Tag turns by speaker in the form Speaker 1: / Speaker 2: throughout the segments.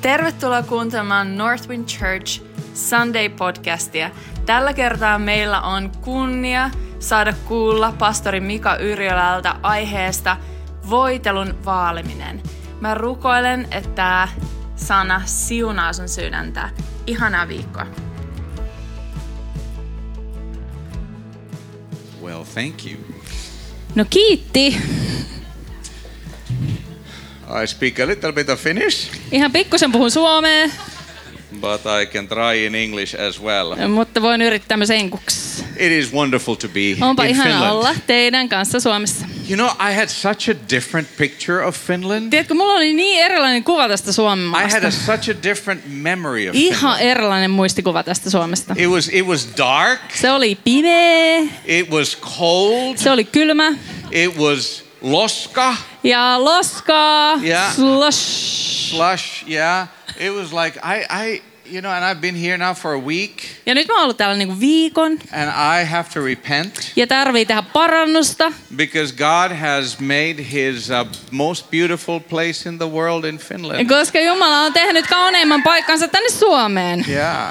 Speaker 1: Tervetuloa kuuntelemaan Northwind Church Sunday-podcastia. Tällä kertaa meillä on kunnia saada kuulla pastori Mika Yrjölältä aiheesta voitelun vaaliminen. Mä rukoilen, että tämä sana siunaa sun sydäntä. Ihanaa viikkoa.
Speaker 2: Well, thank you.
Speaker 3: No kiitti.
Speaker 2: I speak a little bit of Finnish,
Speaker 3: Ihan pikkusen puhun suomea,
Speaker 2: but I can try in English as well.
Speaker 3: mutta voin yrittää myös enkuksi.
Speaker 2: It is wonderful to be
Speaker 3: Onpa
Speaker 2: in
Speaker 3: ihana
Speaker 2: Finland.
Speaker 3: olla teidän kanssa Suomessa.
Speaker 2: You know, I had such a different picture of Finland.
Speaker 3: Tiedätkö, mulla oli niin erilainen kuva tästä
Speaker 2: I had
Speaker 3: Suomesta.
Speaker 2: a, such a different memory of
Speaker 3: Ihan
Speaker 2: Finland.
Speaker 3: erilainen muistikuva tästä Suomesta.
Speaker 2: It was it was dark.
Speaker 3: Se oli pimeä,
Speaker 2: It was cold.
Speaker 3: se oli kylmä
Speaker 2: It was loska,
Speaker 3: ja loskaa,
Speaker 2: Ja.
Speaker 3: slush.
Speaker 2: slush. Yeah, it was like I I you know, and I've been here now for a week,
Speaker 3: Ja nyt mä oon ollut täällä niinku viikon
Speaker 2: and I have to repent
Speaker 3: ja tarvii tehdä parannusta,
Speaker 2: because God has made His uh, most beautiful place in the world in Finland.
Speaker 3: koska Jumala on tehnyt kauneimman paikkansa tänne Suomeen.
Speaker 2: Yeah.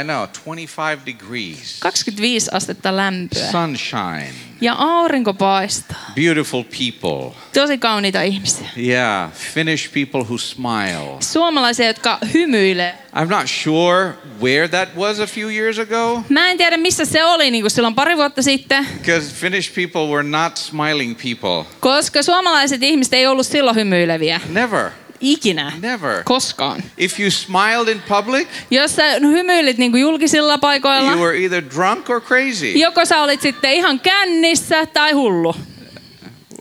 Speaker 2: I know. 25 degrees.
Speaker 3: 25 astetta lämpöä
Speaker 2: Sunshine.
Speaker 3: ja aurinko paistaa.
Speaker 2: Beautiful people.
Speaker 3: Tosi kauniita ihmisiä.
Speaker 2: Yeah. Finnish people who smile.
Speaker 3: Suomalaisia, jotka hymyilee.
Speaker 2: I'm not sure where that was a few years ago
Speaker 3: Mä en tiedä, missä se oli niin kuin silloin pari vuotta sitten,
Speaker 2: because Finnish people were not smiling people.
Speaker 3: koska suomalaiset ihmiset ei ollut silloin hymyileviä.
Speaker 2: Never.
Speaker 3: Ikinä.
Speaker 2: Never.
Speaker 3: Koskaan.
Speaker 2: If you smiled in public,
Speaker 3: Jos sä hymyilit niin kuin julkisilla paikoilla,
Speaker 2: you were either drunk or crazy.
Speaker 3: joko sä olit sitten ihan kännissä tai hullu.
Speaker 2: No.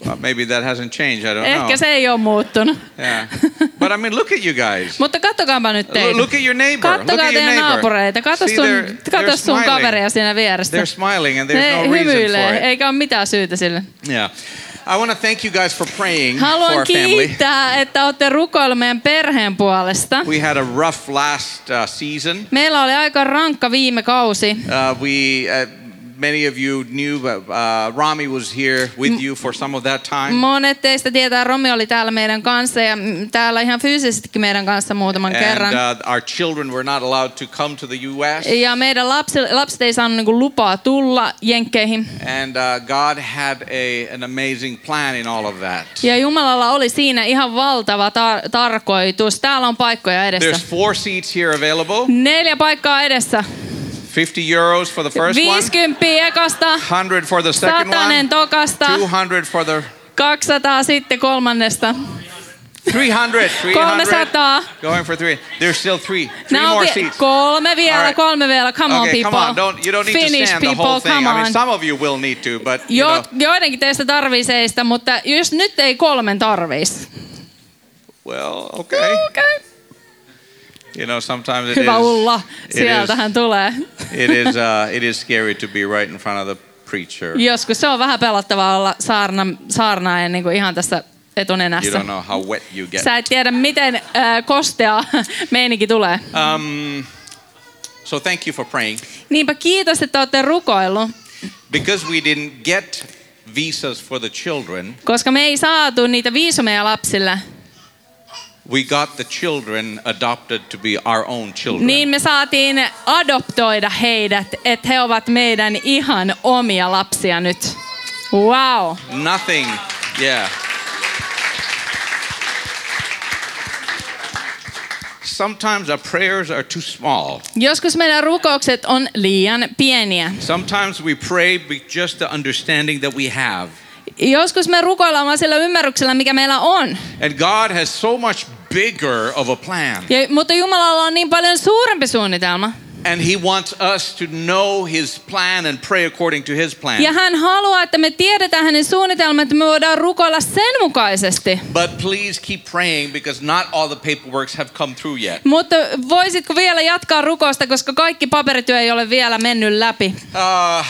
Speaker 2: Well, maybe that hasn't changed. I don't
Speaker 3: Ehkä
Speaker 2: know.
Speaker 3: se ei ole muuttunut.
Speaker 2: Yeah. But I mean, look at you guys.
Speaker 3: Mutta kattokaapa nyt
Speaker 2: Lo-
Speaker 3: teitä.
Speaker 2: Look at your neighbor. Look
Speaker 3: Kattokaa
Speaker 2: at your
Speaker 3: teidän
Speaker 2: neighbor.
Speaker 3: naapureita. Katso
Speaker 2: See,
Speaker 3: sun,
Speaker 2: they're- they're
Speaker 3: katso sun
Speaker 2: smiling.
Speaker 3: kaveria siinä vieressä.
Speaker 2: They're smiling and
Speaker 3: Ne
Speaker 2: there's no reason for
Speaker 3: hymyilee,
Speaker 2: it.
Speaker 3: eikä ole mitään syytä sille.
Speaker 2: Yeah. I want to thank you guys for praying for
Speaker 3: Haluan
Speaker 2: our family.
Speaker 3: kiittää, että olette rukoilleet meidän perheen puolesta.
Speaker 2: We had a rough last uh, season.
Speaker 3: Meillä oli aika rankka viime kausi.
Speaker 2: Uh, we, uh, many of you knew, but uh, Rami was here with you for some of that time.
Speaker 3: Monet teistä tietää, Romi oli täällä meidän kanssa ja mm, täällä ihan fyysisestikin meidän kanssa muutaman kerran.
Speaker 2: And uh, our children were not allowed to come to the U.S.
Speaker 3: Ja meidän lapset, lapset ei saanut niinku lupaa tulla jenkkeihin.
Speaker 2: And uh, God had a, an amazing plan in all of that.
Speaker 3: Ja Jumalalla oli siinä ihan valtava tar- tarkoitus. Täällä on paikkoja
Speaker 2: There's
Speaker 3: edessä.
Speaker 2: four seats here available.
Speaker 3: Neljä paikkaa edessä.
Speaker 2: 50 euros for the first one,
Speaker 3: 50 ekasta,
Speaker 2: 100 for the second
Speaker 3: satanen
Speaker 2: one,
Speaker 3: tokasta,
Speaker 2: 200 for the
Speaker 3: 200 sitten kolmannesta.
Speaker 2: 300. 300.
Speaker 3: 300.
Speaker 2: Going for three. There's still three. Three
Speaker 3: Now
Speaker 2: more
Speaker 3: vi-
Speaker 2: seats.
Speaker 3: Kolme vielä,
Speaker 2: All right.
Speaker 3: kolme vielä. Come on,
Speaker 2: okay,
Speaker 3: people.
Speaker 2: come on. Don't, you don't need to
Speaker 3: Finnish
Speaker 2: stand
Speaker 3: people,
Speaker 2: the whole thing.
Speaker 3: come
Speaker 2: I mean,
Speaker 3: on.
Speaker 2: some of you will need to, but you
Speaker 3: Jo,
Speaker 2: know,
Speaker 3: joidenkin teistä tarvii seistä, mutta jos nyt ei kolmen tarvis.
Speaker 2: well, okay.
Speaker 3: Okay.
Speaker 2: You know, sometimes it is.
Speaker 3: Hyvä Ulla,
Speaker 2: it is-
Speaker 3: sieltähän tulee.
Speaker 2: It is. Uh, it is scary to be right in front of the preacher.
Speaker 3: Joskus se on vähän pelottavaa olla saarna, saarnaajan niin kuin ihan tässä
Speaker 2: You
Speaker 3: etunenässä.
Speaker 2: don't know how wet you get.
Speaker 3: Sä et tiedä, miten äh, kostea meininki tulee.
Speaker 2: Um, so thank you for praying,
Speaker 3: Niinpä kiitos, että olette rukoillut.
Speaker 2: because we didn't get visas for the children.
Speaker 3: Koska me ei saatu niitä viisumeja lapsille,
Speaker 2: We got the children adopted to be our own children.
Speaker 3: Niin me saatiin adoptoida heidät, että he ovat meidän ihan omia lapsia nyt. Wow.
Speaker 2: Nothing. Yeah. Sometimes our prayers are too small.
Speaker 3: Joskus meidän rukoukset on liian pieniä.
Speaker 2: Sometimes we pray with just the understanding that we have.
Speaker 3: Joskus me rukoillaan vaan sillä ymmärryksellä, mikä meillä on.
Speaker 2: And God has so much bigger of a plan.
Speaker 3: Ja, mutta Jumalalla on niin paljon suurempi suunnitelma.
Speaker 2: And He wants us to know His plan and pray according to His
Speaker 3: Ja
Speaker 2: plan.
Speaker 3: hän haluaa, että me tiedetään hänen suunnitelmat, että me voidaan rukoilla sen mukaisesti.
Speaker 2: But please keep praying because not all the paperworks have come through yet.
Speaker 3: Mutta voisitko vielä jatkaa rukousta, koska kaikki paperityö ei ole vielä mennyt läpi.
Speaker 2: Uh,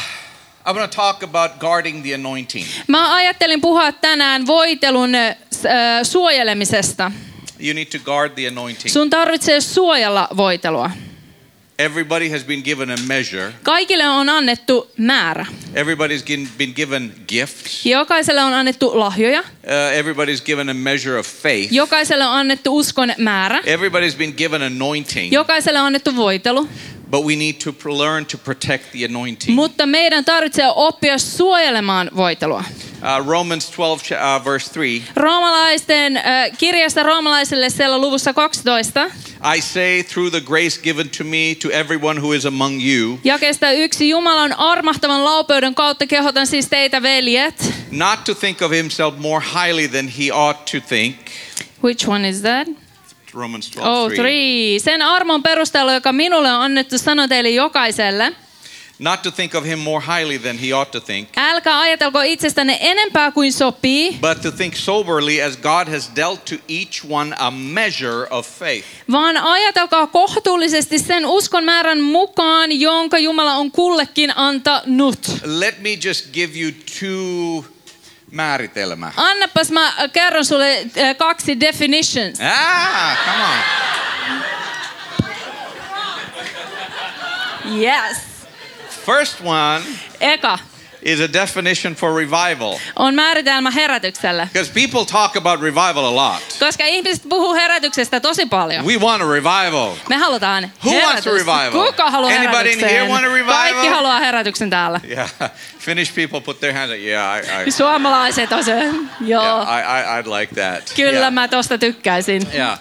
Speaker 2: I want to talk about guarding the anointing.
Speaker 3: Mä ajattelin puhua tänään voitelun ö, s- ö, suojelemisesta.
Speaker 2: You need to guard the anointing.
Speaker 3: Sun tarvitsee suojella voitelua.
Speaker 2: Everybody has been given a measure.
Speaker 3: Kaikille on annettu määrä.
Speaker 2: Everybody's gin- been given gifts.
Speaker 3: Jokaiselle on annettu lahjoja.
Speaker 2: Uh, everybody's given a measure of faith.
Speaker 3: Jokaiselle on annettu uskon määrä.
Speaker 2: Everybody's been given anointing.
Speaker 3: Jokaiselle on annettu voitelu.
Speaker 2: But we need to pr- learn to protect the anointing.
Speaker 3: Mutta meidän tarvitsee oppia suojelemaan voitelua.
Speaker 2: Uh, Romans 12, cha- uh, verse 3.
Speaker 3: Roomalaisten, äh, kirjasta roomalaisille siellä luvussa 12,
Speaker 2: I say, through the grace given to me, to everyone who is among you,
Speaker 3: jakeesta yksi Jumalan armahtavan laupeuden kautta kehotan siis teitä veljet.
Speaker 2: not to think of himself more highly than he ought to think.
Speaker 3: Which one is that?
Speaker 2: Romans 12,
Speaker 3: Oh,
Speaker 2: 3.
Speaker 3: three. Sen armon perusteella, joka minulle on annettu, sanon teille jokaiselle.
Speaker 2: Not to think of him more highly than he ought to think,
Speaker 3: Älkää ajatelko itsestänne enempää kuin sopii,
Speaker 2: but to think soberly as God has dealt to each one a measure of faith.
Speaker 3: vaan ajatelkaa kohtuullisesti sen uskon määrän mukaan, jonka Jumala on kullekin antanut.
Speaker 2: Let me just give you two määritelmä.
Speaker 3: Annapas mä kerron sulle äh, kaksi definitions.
Speaker 2: Ah, come on.
Speaker 3: Yes.
Speaker 2: First one
Speaker 3: Eka
Speaker 2: is a definition for revival.
Speaker 3: on määritelmä herätykselle.
Speaker 2: Because people talk about revival a lot.
Speaker 3: Koska ihmiset puhuu herätyksestä tosi paljon.
Speaker 2: We want a revival.
Speaker 3: Me halutaan
Speaker 2: Who wants
Speaker 3: herätystä.
Speaker 2: a revival?
Speaker 3: Kuka haluaa
Speaker 2: Anybody in here
Speaker 3: herätyksen?
Speaker 2: want a revival?
Speaker 3: Kaikki haluaa herätyksen täällä.
Speaker 2: Yeah. Finnish people put their hands up. Yeah, I, I, yeah,
Speaker 3: Suomalaiset on se. Joo.
Speaker 2: I, I, I'd like that.
Speaker 3: Kyllä
Speaker 2: yeah.
Speaker 3: mä tosta tykkäisin.
Speaker 2: yeah.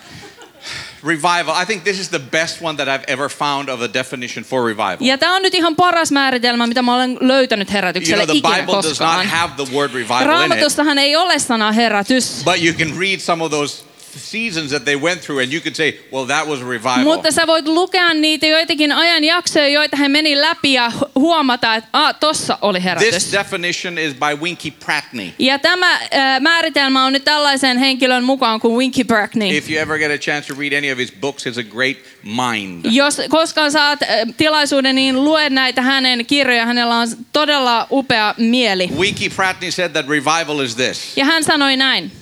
Speaker 2: Revival. I think this is the best one that I've ever found of a definition for revival.
Speaker 3: Ja tämä on nyt ihan paras määritelmä, mitä mä olen löytänyt
Speaker 2: You
Speaker 3: herätykselle
Speaker 2: know, the
Speaker 3: ikinä
Speaker 2: Bible does not
Speaker 3: koskaan.
Speaker 2: have the word revival in it,
Speaker 3: Raamatustahan ei ole sanaa herätys.
Speaker 2: but you can read some of those seasons that they went through and you could say, well, that was a revival.
Speaker 3: Mutta sä voit lukea niitä joitakin ajanjaksoja, joita he meni läpi ja hu- huomata, että a, tossa oli
Speaker 2: This
Speaker 3: herätys.
Speaker 2: definition is by Winky Prattney.
Speaker 3: Ja tämä äh, määritelmä on nyt tällaisen henkilön mukaan kuin Winky Brackney.
Speaker 2: If you ever get a chance to read any of his books, it's a great mind.
Speaker 3: Jos koskaan saat äh, tilaisuuden, niin lue näitä hänen kirjoja. Hänellä on todella upea mieli.
Speaker 2: Winky Prattney said that revival is this.
Speaker 3: Ja hän sanoi näin.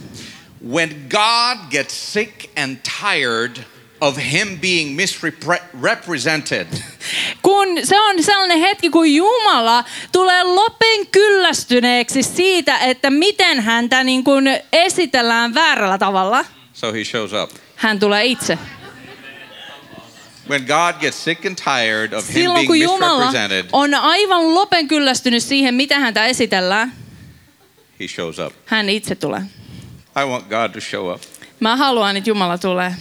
Speaker 2: When God gets sick and tired of him being misrepresented,
Speaker 3: Kun se on sellainen hetki, kun Jumala tulee lopen kyllästyneeksi siitä, että miten häntä niin kuin esitellään väärällä tavalla,
Speaker 2: so he shows up.
Speaker 3: hän tulee itse.
Speaker 2: When God gets sick and tired of him
Speaker 3: Silloin
Speaker 2: being
Speaker 3: kun Jumala
Speaker 2: misrepresented,
Speaker 3: on aivan lopen kyllästynyt siihen, mitä häntä esitellään,
Speaker 2: he shows up.
Speaker 3: hän itse tulee.
Speaker 2: I want God to show up.
Speaker 3: Mä haluan, että Jumala tulee.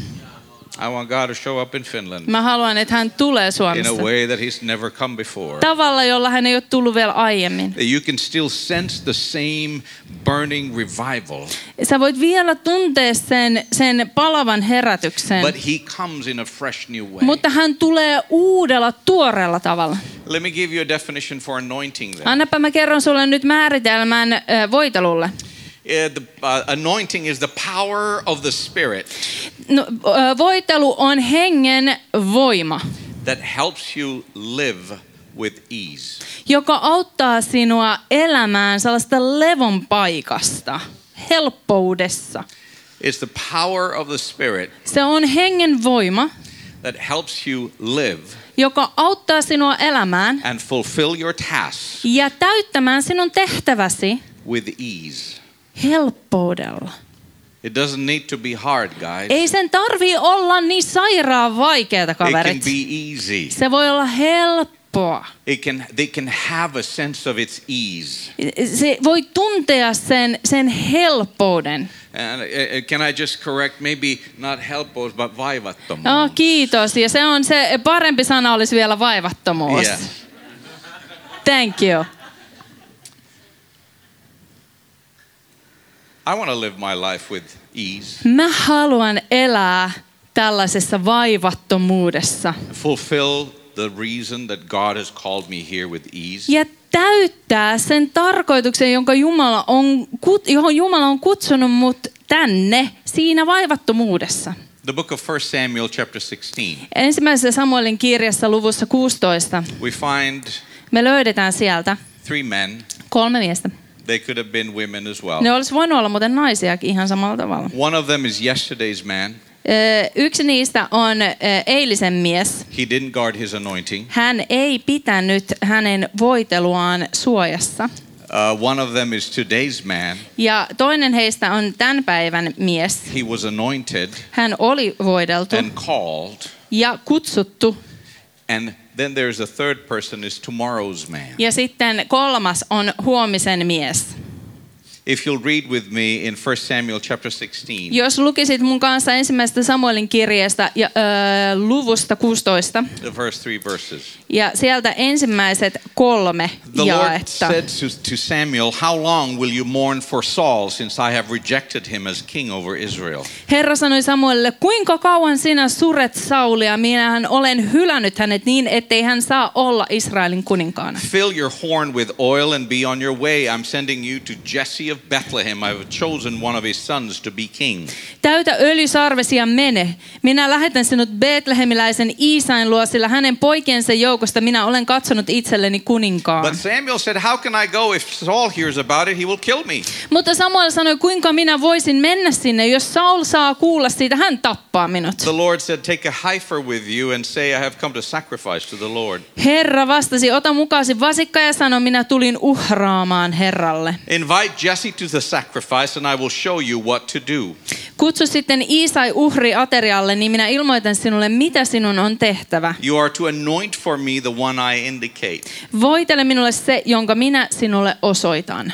Speaker 2: I want God to show up in Finland
Speaker 3: Mä haluan, että hän tulee
Speaker 2: in a
Speaker 3: Suomesta.
Speaker 2: way that he's never come before.
Speaker 3: Tavalla, jolla hän ei ole tullut vielä aiemmin.
Speaker 2: You can still sense the same burning revival,
Speaker 3: Sä voit vielä tuntea sen, sen palavan herätyksen.
Speaker 2: but he comes in a fresh new way.
Speaker 3: Mutta hän tulee uudella, tuoreella tavalla.
Speaker 2: Let me give you a definition for anointing then.
Speaker 3: Annapa mä kerron sulle nyt määritelmän ö, voitelulle.
Speaker 2: Uh, the, uh, anointing is the power of the Spirit
Speaker 3: No, ö, voitelu on hengen voima,
Speaker 2: that helps you live with ease.
Speaker 3: joka auttaa sinua elämään sellaista levon paikasta, helppoudessa.
Speaker 2: It's the power of the Spirit
Speaker 3: Se on hengen voima,
Speaker 2: that helps you live
Speaker 3: joka auttaa sinua elämään
Speaker 2: and fulfill your tasks
Speaker 3: ja täyttämään sinun tehtäväsi
Speaker 2: with ease.
Speaker 3: helppoudella.
Speaker 2: It doesn't need to be hard, guys. It
Speaker 3: Ei sen tarvi olla niin sairaan vaikeata,
Speaker 2: can
Speaker 3: kaverit.
Speaker 2: be easy.
Speaker 3: Se voi olla helppoa.
Speaker 2: It can they can have a sense of its ease.
Speaker 3: Se voi tuntea sen, sen helppouden.
Speaker 2: And uh, uh, can I just correct maybe not helpos but vaivattomuus.
Speaker 3: Oh, kiitos. Ja se on se parempi sana olisi vielä vaivattomuus.
Speaker 2: Yes.
Speaker 3: Thank you.
Speaker 2: I want to live my life with ease,
Speaker 3: Mä haluan elää tällaisessa vaivattomuudessa
Speaker 2: fulfill the reason that God has called me here with ease.
Speaker 3: ja täyttää sen tarkoituksen, jonka Jumala on, kut- johon Jumala on kutsunut mut tänne siinä vaivattomuudessa.
Speaker 2: The book of 1 Samuel chapter 16.
Speaker 3: Ensimmäisessä Samuelin kirjassa luvussa 16
Speaker 2: We find
Speaker 3: me löydetään sieltä
Speaker 2: three men.
Speaker 3: kolme miestä.
Speaker 2: They could have been women as well.
Speaker 3: Ne olisi voinut olla muuten naisiakin ihan samalla tavalla.
Speaker 2: One of them is yesterday's man.
Speaker 3: Ö, Eh, Yksi niistä on ö, eilisen mies.
Speaker 2: He didn't guard his anointing.
Speaker 3: Hän ei pitänyt hänen voiteluaan suojassa.
Speaker 2: Uh, one of them is today's man.
Speaker 3: Ja toinen heistä on tämän päivän mies.
Speaker 2: He was anointed
Speaker 3: Hän oli voideltu
Speaker 2: and called.
Speaker 3: ja kutsuttu.
Speaker 2: And then there's a third person is tomorrow's man.
Speaker 3: Ja sitten kolmas on huomisen mies.
Speaker 2: If you'll read with me in 1 Samuel chapter 16,
Speaker 3: Jos lukisit mun kanssa ensimmäistä Samuelin kirjeestä ja, ö, luvusta 16
Speaker 2: the first three verses.
Speaker 3: ja sieltä ensimmäiset kolme
Speaker 2: The Lord
Speaker 3: jaetta.
Speaker 2: said to, to Samuel, How long will you mourn for Saul since I have rejected him as king over Israel?
Speaker 3: Herra sanoi Samuelille, kuinka kauan sinä suret Saulia, minähän olen hylännyt hänet niin, ettei hän saa olla Israelin kuninkaana.
Speaker 2: Fill your horn with oil and be on your way. I'm sending you to Jesse of Bethlehem. I have chosen one of his sons to be king.
Speaker 3: Täytä öljysarvesi ja mene. Minä lähetän sinut Betlehemiläisen Iisain luo, sillä hänen poikiensa joukosta minä olen katsonut itselleni
Speaker 2: But
Speaker 3: kuninkaan.
Speaker 2: Samuel said, How can I go? If Saul hears about it, he will kill me.
Speaker 3: Mutta Samuel sanoi, kuinka minä voisin mennä sinne, jos Saul saa kuulla siitä, hän tappaa minut.
Speaker 2: The Lord said, Take a heifer with you and say, I have come to sacrifice to the Lord.
Speaker 3: Herra vastasi, ota mukaasi vasikka ja sano, minä tulin uhraamaan Herralle.
Speaker 2: Invite Jesse to the sacrifice, and I will show you what to do.
Speaker 3: Kutsu sitten Iisai uhri aterialle, niin minä ilmoitan sinulle, mitä sinun on tehtävä.
Speaker 2: You are to anoint for me the one I indicate.
Speaker 3: Voitele minulle se, jonka minä sinulle osoitan.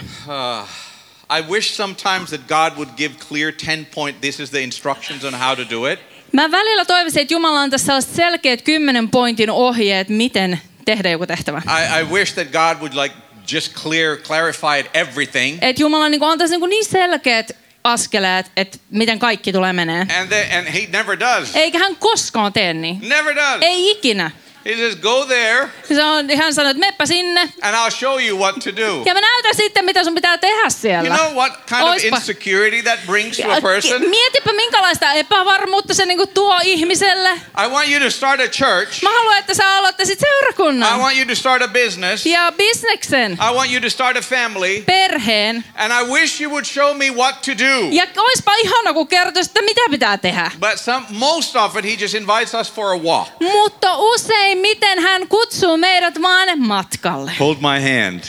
Speaker 2: I wish sometimes that God would give clear 10 point, this is the instructions on how to do it.
Speaker 3: Mä välillä toivoisin, että Jumala antaisi sellaiset selkeät kymmenen pointin ohjeet, miten tehdä joku tehtävä.
Speaker 2: I, I wish that God would like just clear, clarify it, everything.
Speaker 3: Että Jumala niin antaisi niin, niin selkeät askeleet, että miten kaikki tulee menee.
Speaker 2: And then, and he never does.
Speaker 3: Eikä hän koskaan tee niin.
Speaker 2: Never does.
Speaker 3: Ei ikinä.
Speaker 2: He says, go there
Speaker 3: Se on, hän sanoi, että meppä sinne.
Speaker 2: and I'll show you what to do.
Speaker 3: Ja mä näytän sitten, mitä sun pitää tehdä
Speaker 2: You
Speaker 3: siellä.
Speaker 2: know what kind of
Speaker 3: Oispa.
Speaker 2: insecurity that brings to a
Speaker 3: Ja-
Speaker 2: person?
Speaker 3: Mietipä minkälaista epävarmuutta se niinku tuo ihmiselle.
Speaker 2: I want you to start a church.
Speaker 3: Mä haluan, että sä aloittaisit
Speaker 2: I
Speaker 3: seurakunnan
Speaker 2: want you to start a business.
Speaker 3: ja bisneksen,
Speaker 2: I want you to start a family.
Speaker 3: perheen.
Speaker 2: And I wish you would show me what to do.
Speaker 3: Ja oispa ihana, kun kertoisit, että mitä pitää tehdä.
Speaker 2: But some, most often he just invites us for a walk.
Speaker 3: Mutta usein miten hän kutsuu meidät vaan matkalle.
Speaker 2: Hold my hand.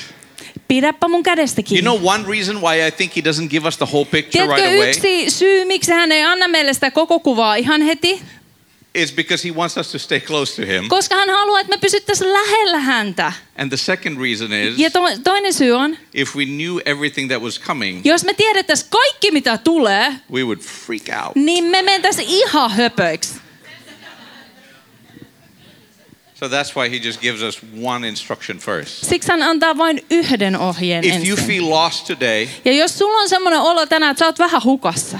Speaker 3: Pidäpä mun kädestä kiinni.
Speaker 2: You know one reason why I think he doesn't give us the whole picture
Speaker 3: Tiedätkö
Speaker 2: right away
Speaker 3: yksi syy, miksi hän ei anna meille sitä koko kuvaa ihan heti?
Speaker 2: is because he wants us to stay close to him.
Speaker 3: Koska hän haluaa, että me pysyttäisiin lähellä häntä.
Speaker 2: And the second reason is
Speaker 3: Ja to, toinen syy on,
Speaker 2: if we knew everything that was coming,
Speaker 3: jos me tiedettäisiin kaikki mitä tulee,
Speaker 2: we would freak out.
Speaker 3: niin me mentäisiin ihan höpöiksi.
Speaker 2: So that's why he just gives us one instruction first.
Speaker 3: Siksi hän antaa vain yhden ohjeen
Speaker 2: If you
Speaker 3: ensin.
Speaker 2: feel lost today,
Speaker 3: Ja jos sulla on semmoinen olo tänään, että sä oot vähän hukassa,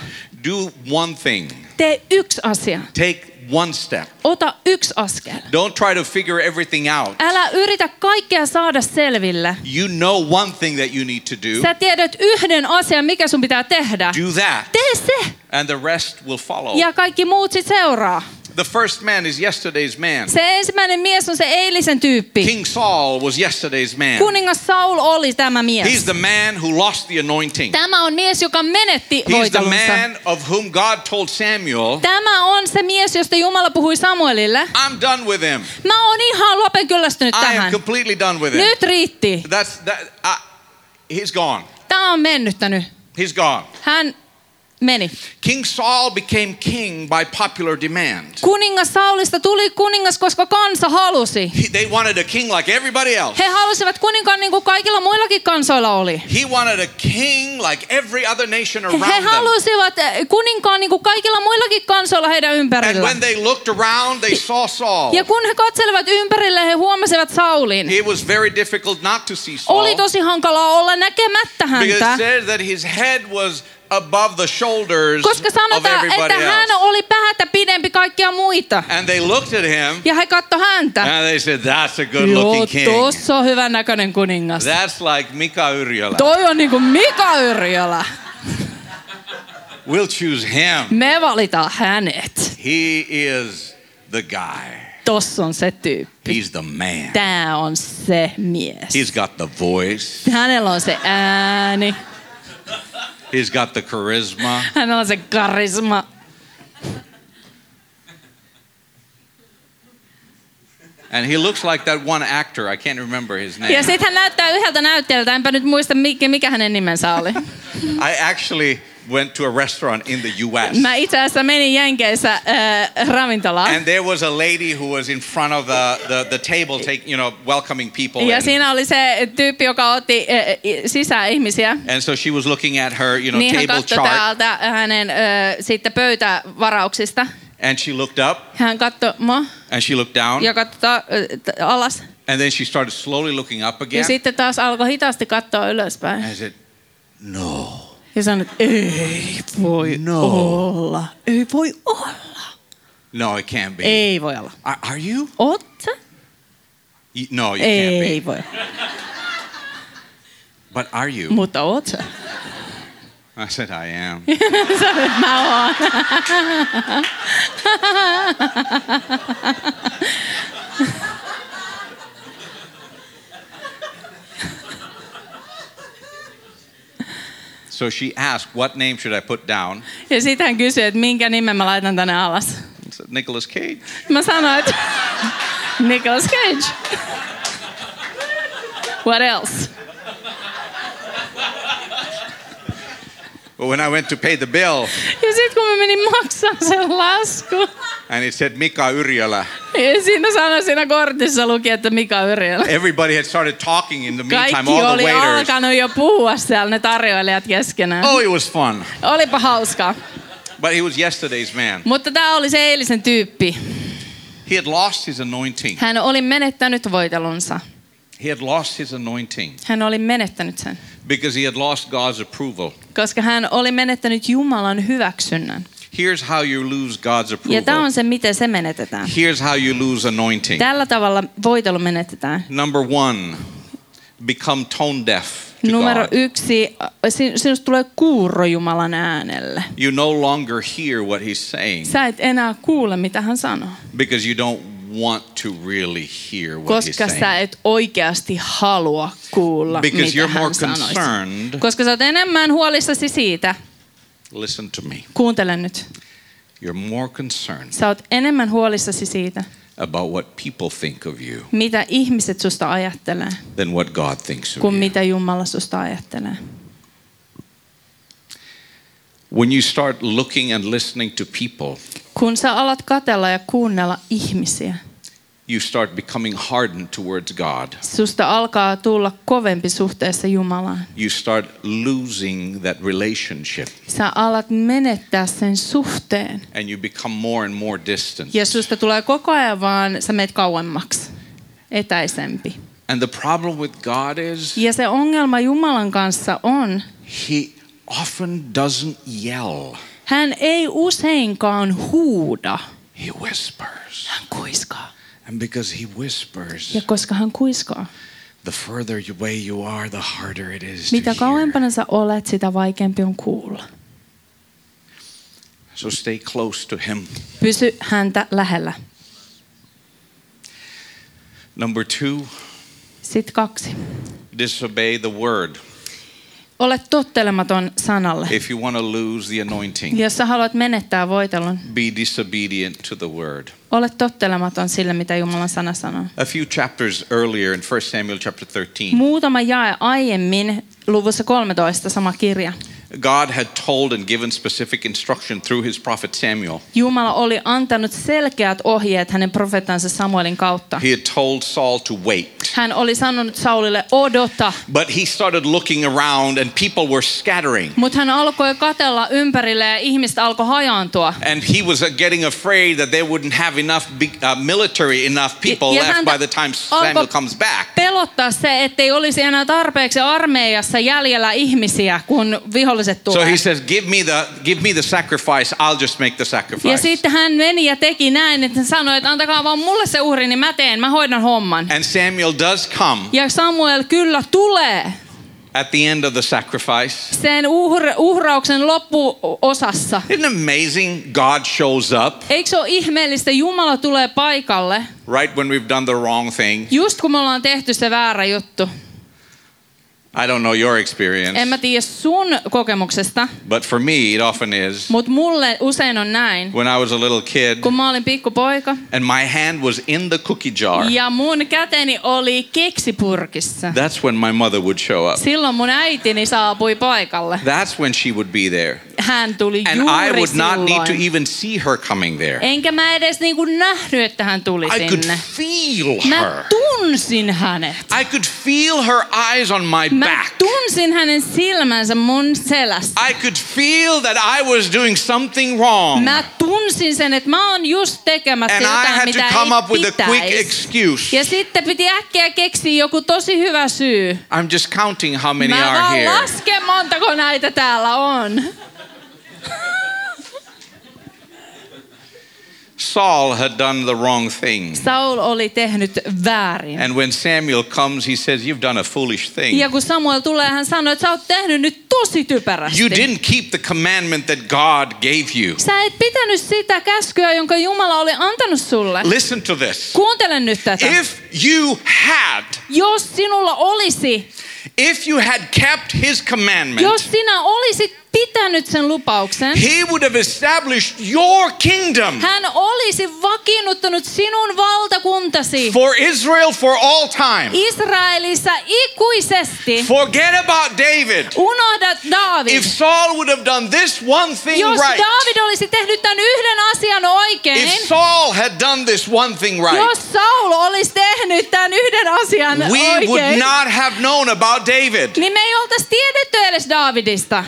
Speaker 2: do one thing.
Speaker 3: tee yksi asia.
Speaker 2: Take one step.
Speaker 3: Ota yksi askel.
Speaker 2: Don't try to figure everything out.
Speaker 3: Älä yritä kaikkea saada selville.
Speaker 2: You know one thing that you need to do.
Speaker 3: Sä tiedät yhden asian, mikä sun pitää tehdä.
Speaker 2: Do that,
Speaker 3: Tee se!
Speaker 2: and the rest will follow.
Speaker 3: Ja kaikki muut sit seuraa.
Speaker 2: The first man is yesterday's man.
Speaker 3: Se ensimmäinen mies on se eilisen tyyppi.
Speaker 2: King Saul was yesterday's man.
Speaker 3: Kuningas Saul oli tämä
Speaker 2: He's
Speaker 3: mies.
Speaker 2: the man who lost the anointing.
Speaker 3: Tämä on mies, joka menetti
Speaker 2: He's the
Speaker 3: voitelunsa.
Speaker 2: man of whom God told Samuel,
Speaker 3: Tämä on se mies, josta Jumala puhui Samuelille.
Speaker 2: I'm done with him.
Speaker 3: Mä oon ihan lopen kyllästynyt
Speaker 2: I am
Speaker 3: tähän.
Speaker 2: completely done with him.
Speaker 3: Nyt riitti.
Speaker 2: That's that. I, he's gone.
Speaker 3: Tämä on mennyttänyt.
Speaker 2: He's gone.
Speaker 3: Hän meni.
Speaker 2: King Saul became king by popular demand.
Speaker 3: Kuningas Saulista tuli kuningas, koska kansa halusi.
Speaker 2: He- they wanted a king like everybody else.
Speaker 3: He halusivat kuninkaan niin kuin kaikilla muillakin kansoilla oli.
Speaker 2: He wanted a king like every other nation
Speaker 3: He-
Speaker 2: around
Speaker 3: He
Speaker 2: them.
Speaker 3: halusivat eh, kuninkaan niin kuin kaikilla muillakin kansoilla heidän
Speaker 2: And
Speaker 3: ympärillä.
Speaker 2: when they looked around, they saw Saul.
Speaker 3: Ja kun he katselivat ympärille, he huomasivat Saulin.
Speaker 2: It was very difficult not to see Saul
Speaker 3: Oli tosi hankalaa olla näkemättä
Speaker 2: because
Speaker 3: häntä.
Speaker 2: it says that his head was above the shoulders
Speaker 3: Koska
Speaker 2: of
Speaker 3: sanotaan,
Speaker 2: everybody
Speaker 3: että hän
Speaker 2: else.
Speaker 3: oli päätä pidempi kaikkia muita.
Speaker 2: And they looked at him
Speaker 3: Ja he katto häntä.
Speaker 2: and they said, "That's a
Speaker 3: Joo,
Speaker 2: good-looking king.
Speaker 3: tossa on hyvän näköinen kuningas.
Speaker 2: That's like Mika Yrjölä.
Speaker 3: Toi on niinku Mika Yrjölä.
Speaker 2: We'll choose him.
Speaker 3: Me valitaan hänet.
Speaker 2: He is the guy.
Speaker 3: Tossa on se tyyppi.
Speaker 2: He's the man.
Speaker 3: Tää on se mies.
Speaker 2: He's got the voice.
Speaker 3: Hänellä on se ääni.
Speaker 2: He's got the charisma.
Speaker 3: Hänellä on se karisma.
Speaker 2: And he looks like that one actor. I can't remember his name.
Speaker 3: Ja sitten hän näyttää yhdeltä näyttelijältä, enpä nyt muista mikä, mikä hänen nimensä oli.
Speaker 2: I actually went to a restaurant in the U.S.
Speaker 3: Mä itse asiassa menin Jenkeissä äh, ravintolaan.
Speaker 2: And there was a lady who was in front of the, the, the table, take, you know, welcoming people.
Speaker 3: Ja
Speaker 2: in.
Speaker 3: siinä oli se tyyppi, joka otti äh, i- sisään ihmisiä.
Speaker 2: and so she was looking at her, you know,
Speaker 3: Niin hän
Speaker 2: No table
Speaker 3: katsoi
Speaker 2: chart,
Speaker 3: täältä hänen äh, sitten pöytävarauksista.
Speaker 2: and she looked up
Speaker 3: Hän katsoi mua
Speaker 2: and she looked down,
Speaker 3: ja katsoi ta- ö, t- alas.
Speaker 2: and then she started slowly looking up again.
Speaker 3: Ja sitten taas alkoi hitaasti katsoa ylöspäin.
Speaker 2: and I said, "No,
Speaker 3: Ja sanoi, että ei voi
Speaker 2: No.
Speaker 3: olla. Ei voi olla.
Speaker 2: no, it can't be.
Speaker 3: Ei voi olla.
Speaker 2: Are, are you?
Speaker 3: Oot sä?
Speaker 2: Y- No, you can't be.
Speaker 3: Ei voi olla.
Speaker 2: But are you?
Speaker 3: Mutta oot sä?
Speaker 2: I said, I am.
Speaker 3: Sanoi, että Mä oon.
Speaker 2: so she asked, "What name should I put down?"
Speaker 3: Ja sitten hän kysyi, että minkä nimen mä laitan tänne alas.
Speaker 2: I said, "Nicholas Cage."
Speaker 3: Mä sanoin, että Nicolas Cage. What else?
Speaker 2: But when I went to pay the bill,
Speaker 3: Ja sitten kun mä menin maksaa sen lasku,
Speaker 2: and it said Mika Yrjölä,
Speaker 3: ja siinä sanoi siinä kortissa luki, että Mika Yrjölä.
Speaker 2: everybody had started talking in the meantime.
Speaker 3: Kaikki
Speaker 2: All the
Speaker 3: oli
Speaker 2: waiters.
Speaker 3: alkanut jo puhua siellä ne tarjoilijat keskenään.
Speaker 2: Oh, it was fun.
Speaker 3: Olipa hauskaa.
Speaker 2: But he was yesterday's man.
Speaker 3: Mutta tämä oli se eilisen tyyppi.
Speaker 2: He had lost his anointing.
Speaker 3: Hän oli menettänyt voitelunsa.
Speaker 2: He had lost his anointing
Speaker 3: Hän oli menettänyt sen,
Speaker 2: because he had lost God's approval.
Speaker 3: koska hän oli menettänyt Jumalan hyväksynnän.
Speaker 2: Here's how you lose God's
Speaker 3: Ja tämä
Speaker 2: approval.
Speaker 3: on se, miten se menetetään.
Speaker 2: Here's how you lose anointing.
Speaker 3: Tällä tavalla voitelu menetetään.
Speaker 2: Number one, become tone deaf to
Speaker 3: Numero
Speaker 2: God.
Speaker 3: yksi, äh, sin- sinusta tulee kuuro Jumalan äänelle.
Speaker 2: You no longer hear what he's saying
Speaker 3: Sä et enää kuule, mitä hän sanoo,
Speaker 2: because you don't want to really hear what he's
Speaker 3: koska sä
Speaker 2: saying.
Speaker 3: et oikeasti halua kuulla,
Speaker 2: Because
Speaker 3: mitä
Speaker 2: you're more
Speaker 3: hän sanoisi.
Speaker 2: concerned.
Speaker 3: Koska sä oot enemmän huolissasi siitä,
Speaker 2: Listen to me.
Speaker 3: kuuntele nyt,
Speaker 2: You're more concerned
Speaker 3: sä oot enemmän huolissasi siitä,
Speaker 2: about what people think of you
Speaker 3: mitä ihmiset susta ajattelee,
Speaker 2: than what God thinks of
Speaker 3: kuin
Speaker 2: you.
Speaker 3: mitä Jumala susta ajattelee.
Speaker 2: When you start looking and listening to people,
Speaker 3: Kun sä alat katella ja kuunnella ihmisiä,
Speaker 2: you start becoming hardened towards God.
Speaker 3: susta alkaa tulla kovempi suhteessa Jumalaan.
Speaker 2: You start losing that relationship
Speaker 3: Sä alat menettää sen suhteen.
Speaker 2: and you become more and more distant.
Speaker 3: Ja susta tulee koko ajan vaan, sä meet kauemmaksi, etäisempi.
Speaker 2: And the problem with God is
Speaker 3: Ja se ongelma Jumalan kanssa on,
Speaker 2: he often doesn't yell.
Speaker 3: hän ei useinkaan huuda.
Speaker 2: He whispers.
Speaker 3: Hän kuiskaa.
Speaker 2: And because he
Speaker 3: Ja
Speaker 2: whispers,
Speaker 3: koska hän kuiskaa,
Speaker 2: the further away you are, the harder it is to
Speaker 3: mitä
Speaker 2: hear.
Speaker 3: kauempana sä olet, sitä vaikeampi on kuulla.
Speaker 2: So stay close to him.
Speaker 3: Pysy häntä lähellä.
Speaker 2: Number 2,
Speaker 3: Sitten kaksi.
Speaker 2: disobey the word
Speaker 3: Ole tottelematon sanalle.
Speaker 2: if you want to lose the anointing.
Speaker 3: Jos sä haluat menettää voitelun,
Speaker 2: Be disobedient to the word.
Speaker 3: ole tottelematon sille, mitä Jumalan sana sanoo.
Speaker 2: A few chapters earlier in 1 Samuel chapter 13,
Speaker 3: Muutama jae aiemmin, luvussa 13, sama kirja.
Speaker 2: God had told and given specific instruction through his prophet Samuel.
Speaker 3: Jumala oli antanut selkeät ohjeet hänen profeettansa Samuelin kautta.
Speaker 2: He had told Saul to wait.
Speaker 3: Hän oli sanonut Saulille, odota.
Speaker 2: But he started looking around and people were scattering.
Speaker 3: Mutta hän alkoi katella ympärille ja ihmiset alkoi hajaantua.
Speaker 2: And he was uh, getting afraid that they wouldn't have enough big, uh, military, enough people
Speaker 3: Ja
Speaker 2: left
Speaker 3: häntä
Speaker 2: by the time Samuel
Speaker 3: alkoi
Speaker 2: comes back.
Speaker 3: Pelottaa se, ettei olisi enää tarpeeksi armeijassa jäljellä ihmisiä, kun viholliset
Speaker 2: So
Speaker 3: tulee.
Speaker 2: he says, "Give me the, give me the sacrifice. I'll just make the
Speaker 3: ja
Speaker 2: sacrifice."
Speaker 3: sitten hän meni ja teki näin, että hän sanoi, että antakaa vaan mulle se uhri, niin mä teen, mä hoidan homman.
Speaker 2: And Samuel does come
Speaker 3: Ja Samuel kyllä tulee
Speaker 2: at the end of the sacrifice.
Speaker 3: sen uhr- uhrauksen loppuosassa.
Speaker 2: Isn't it amazing? God shows up
Speaker 3: Eikö se ole ihmeellistä? Jumala tulee paikalle,
Speaker 2: right when we've done the wrong thing.
Speaker 3: just kun me ollaan tehty se väärä juttu.
Speaker 2: I don't know your
Speaker 3: En mä
Speaker 2: experience,
Speaker 3: tiedä sun kokemuksesta,
Speaker 2: but for me, it often is.
Speaker 3: mutta mulle usein on näin.
Speaker 2: When I was a little kid
Speaker 3: Kun mä olin pikkupoika
Speaker 2: and my hand was in the cookie jar,
Speaker 3: ja mun käteni oli keksipurkissa.
Speaker 2: that's when my mother would show up.
Speaker 3: Silloin mun äitini saapui paikalle.
Speaker 2: That's when she would be there.
Speaker 3: Hän tuli
Speaker 2: And I
Speaker 3: juuri
Speaker 2: would not need to
Speaker 3: silloin.
Speaker 2: even see her coming there.
Speaker 3: Enkä mä edes niinku nähnyt, että hän tuli
Speaker 2: I could
Speaker 3: sinne.
Speaker 2: feel
Speaker 3: Mä
Speaker 2: her.
Speaker 3: tunsin hänet.
Speaker 2: I could feel her eyes on my
Speaker 3: Mä
Speaker 2: back.
Speaker 3: tunsin hänen silmänsä mun selässä.
Speaker 2: I could feel that I was doing something wrong.
Speaker 3: Mä tunsin sen, että mä oon just tekemässä
Speaker 2: And I
Speaker 3: jotain,
Speaker 2: had
Speaker 3: mitä
Speaker 2: to come up
Speaker 3: ei
Speaker 2: with a quick
Speaker 3: pitäisi.
Speaker 2: excuse.
Speaker 3: Ja sitten piti äkkiä keksiä joku tosi hyvä syy.
Speaker 2: I'm just counting how many
Speaker 3: Mä
Speaker 2: are
Speaker 3: vaan
Speaker 2: here.
Speaker 3: lasken montako näitä täällä on.
Speaker 2: Saul had done the wrong thing.
Speaker 3: Saul oli tehnyt väärin.
Speaker 2: And when Samuel comes, he says, You've done a foolish
Speaker 3: Niin. Ja
Speaker 2: thing.
Speaker 3: kun Samuel tulee, hän sanoi, että sä oot tehnyt nyt tosi typerästi.
Speaker 2: You didn't keep the commandment that God gave you.
Speaker 3: Sä et pitänyt sitä käskyä, jonka Jumala oli antanut sulle.
Speaker 2: Listen to this.
Speaker 3: Kuuntele nyt tätä.
Speaker 2: If you had,
Speaker 3: Jos sinulla olisi,
Speaker 2: if you had kept his commandment,
Speaker 3: jos sinä olisit pitänyt sen lupauksen,
Speaker 2: he would have established your kingdom
Speaker 3: hän olisi vakiinnuttanut sinun valtakuntasi
Speaker 2: for Israel for all time.
Speaker 3: Israelissa ikuisesti.
Speaker 2: Forget about David.
Speaker 3: Unohda Daavid.
Speaker 2: If Saul would have done this one thing
Speaker 3: Jos
Speaker 2: right,
Speaker 3: Daavid olisi tehnyt tämän yhden asian
Speaker 2: if
Speaker 3: oikein,
Speaker 2: Saul had done this one thing right,
Speaker 3: jos Saul olisi tehnyt tämän yhden asian
Speaker 2: we would
Speaker 3: oikein,
Speaker 2: not have known about David.
Speaker 3: niin me ei oltaisi tiedetty edes Daavidista.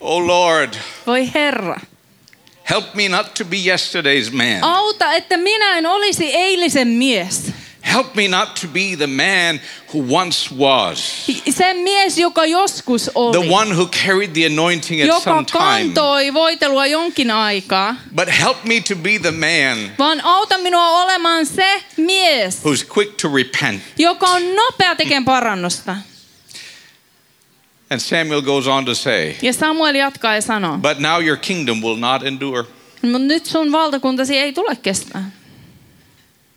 Speaker 2: Oh Lord,
Speaker 3: Voi Herra,
Speaker 2: help me not to be yesterday's man.
Speaker 3: auta, että minä en olisi eilisen mies.
Speaker 2: Help me not to be the man who once was,
Speaker 3: Se mies, joka joskus
Speaker 2: the
Speaker 3: oli,
Speaker 2: one who carried the anointing at
Speaker 3: joka
Speaker 2: some time.
Speaker 3: kantoi voitelua jonkin aikaa,
Speaker 2: But help me to be the man
Speaker 3: vaan auta minua olemaan se mies,
Speaker 2: who's quick to repent.
Speaker 3: joka on nopea tekemään parannusta.
Speaker 2: And Samuel goes on to say,
Speaker 3: Ja Samuel jatkaa ja sanoo,
Speaker 2: But now your kingdom will not endure.
Speaker 3: mutta nyt sun valtakuntasi ei tule kestää.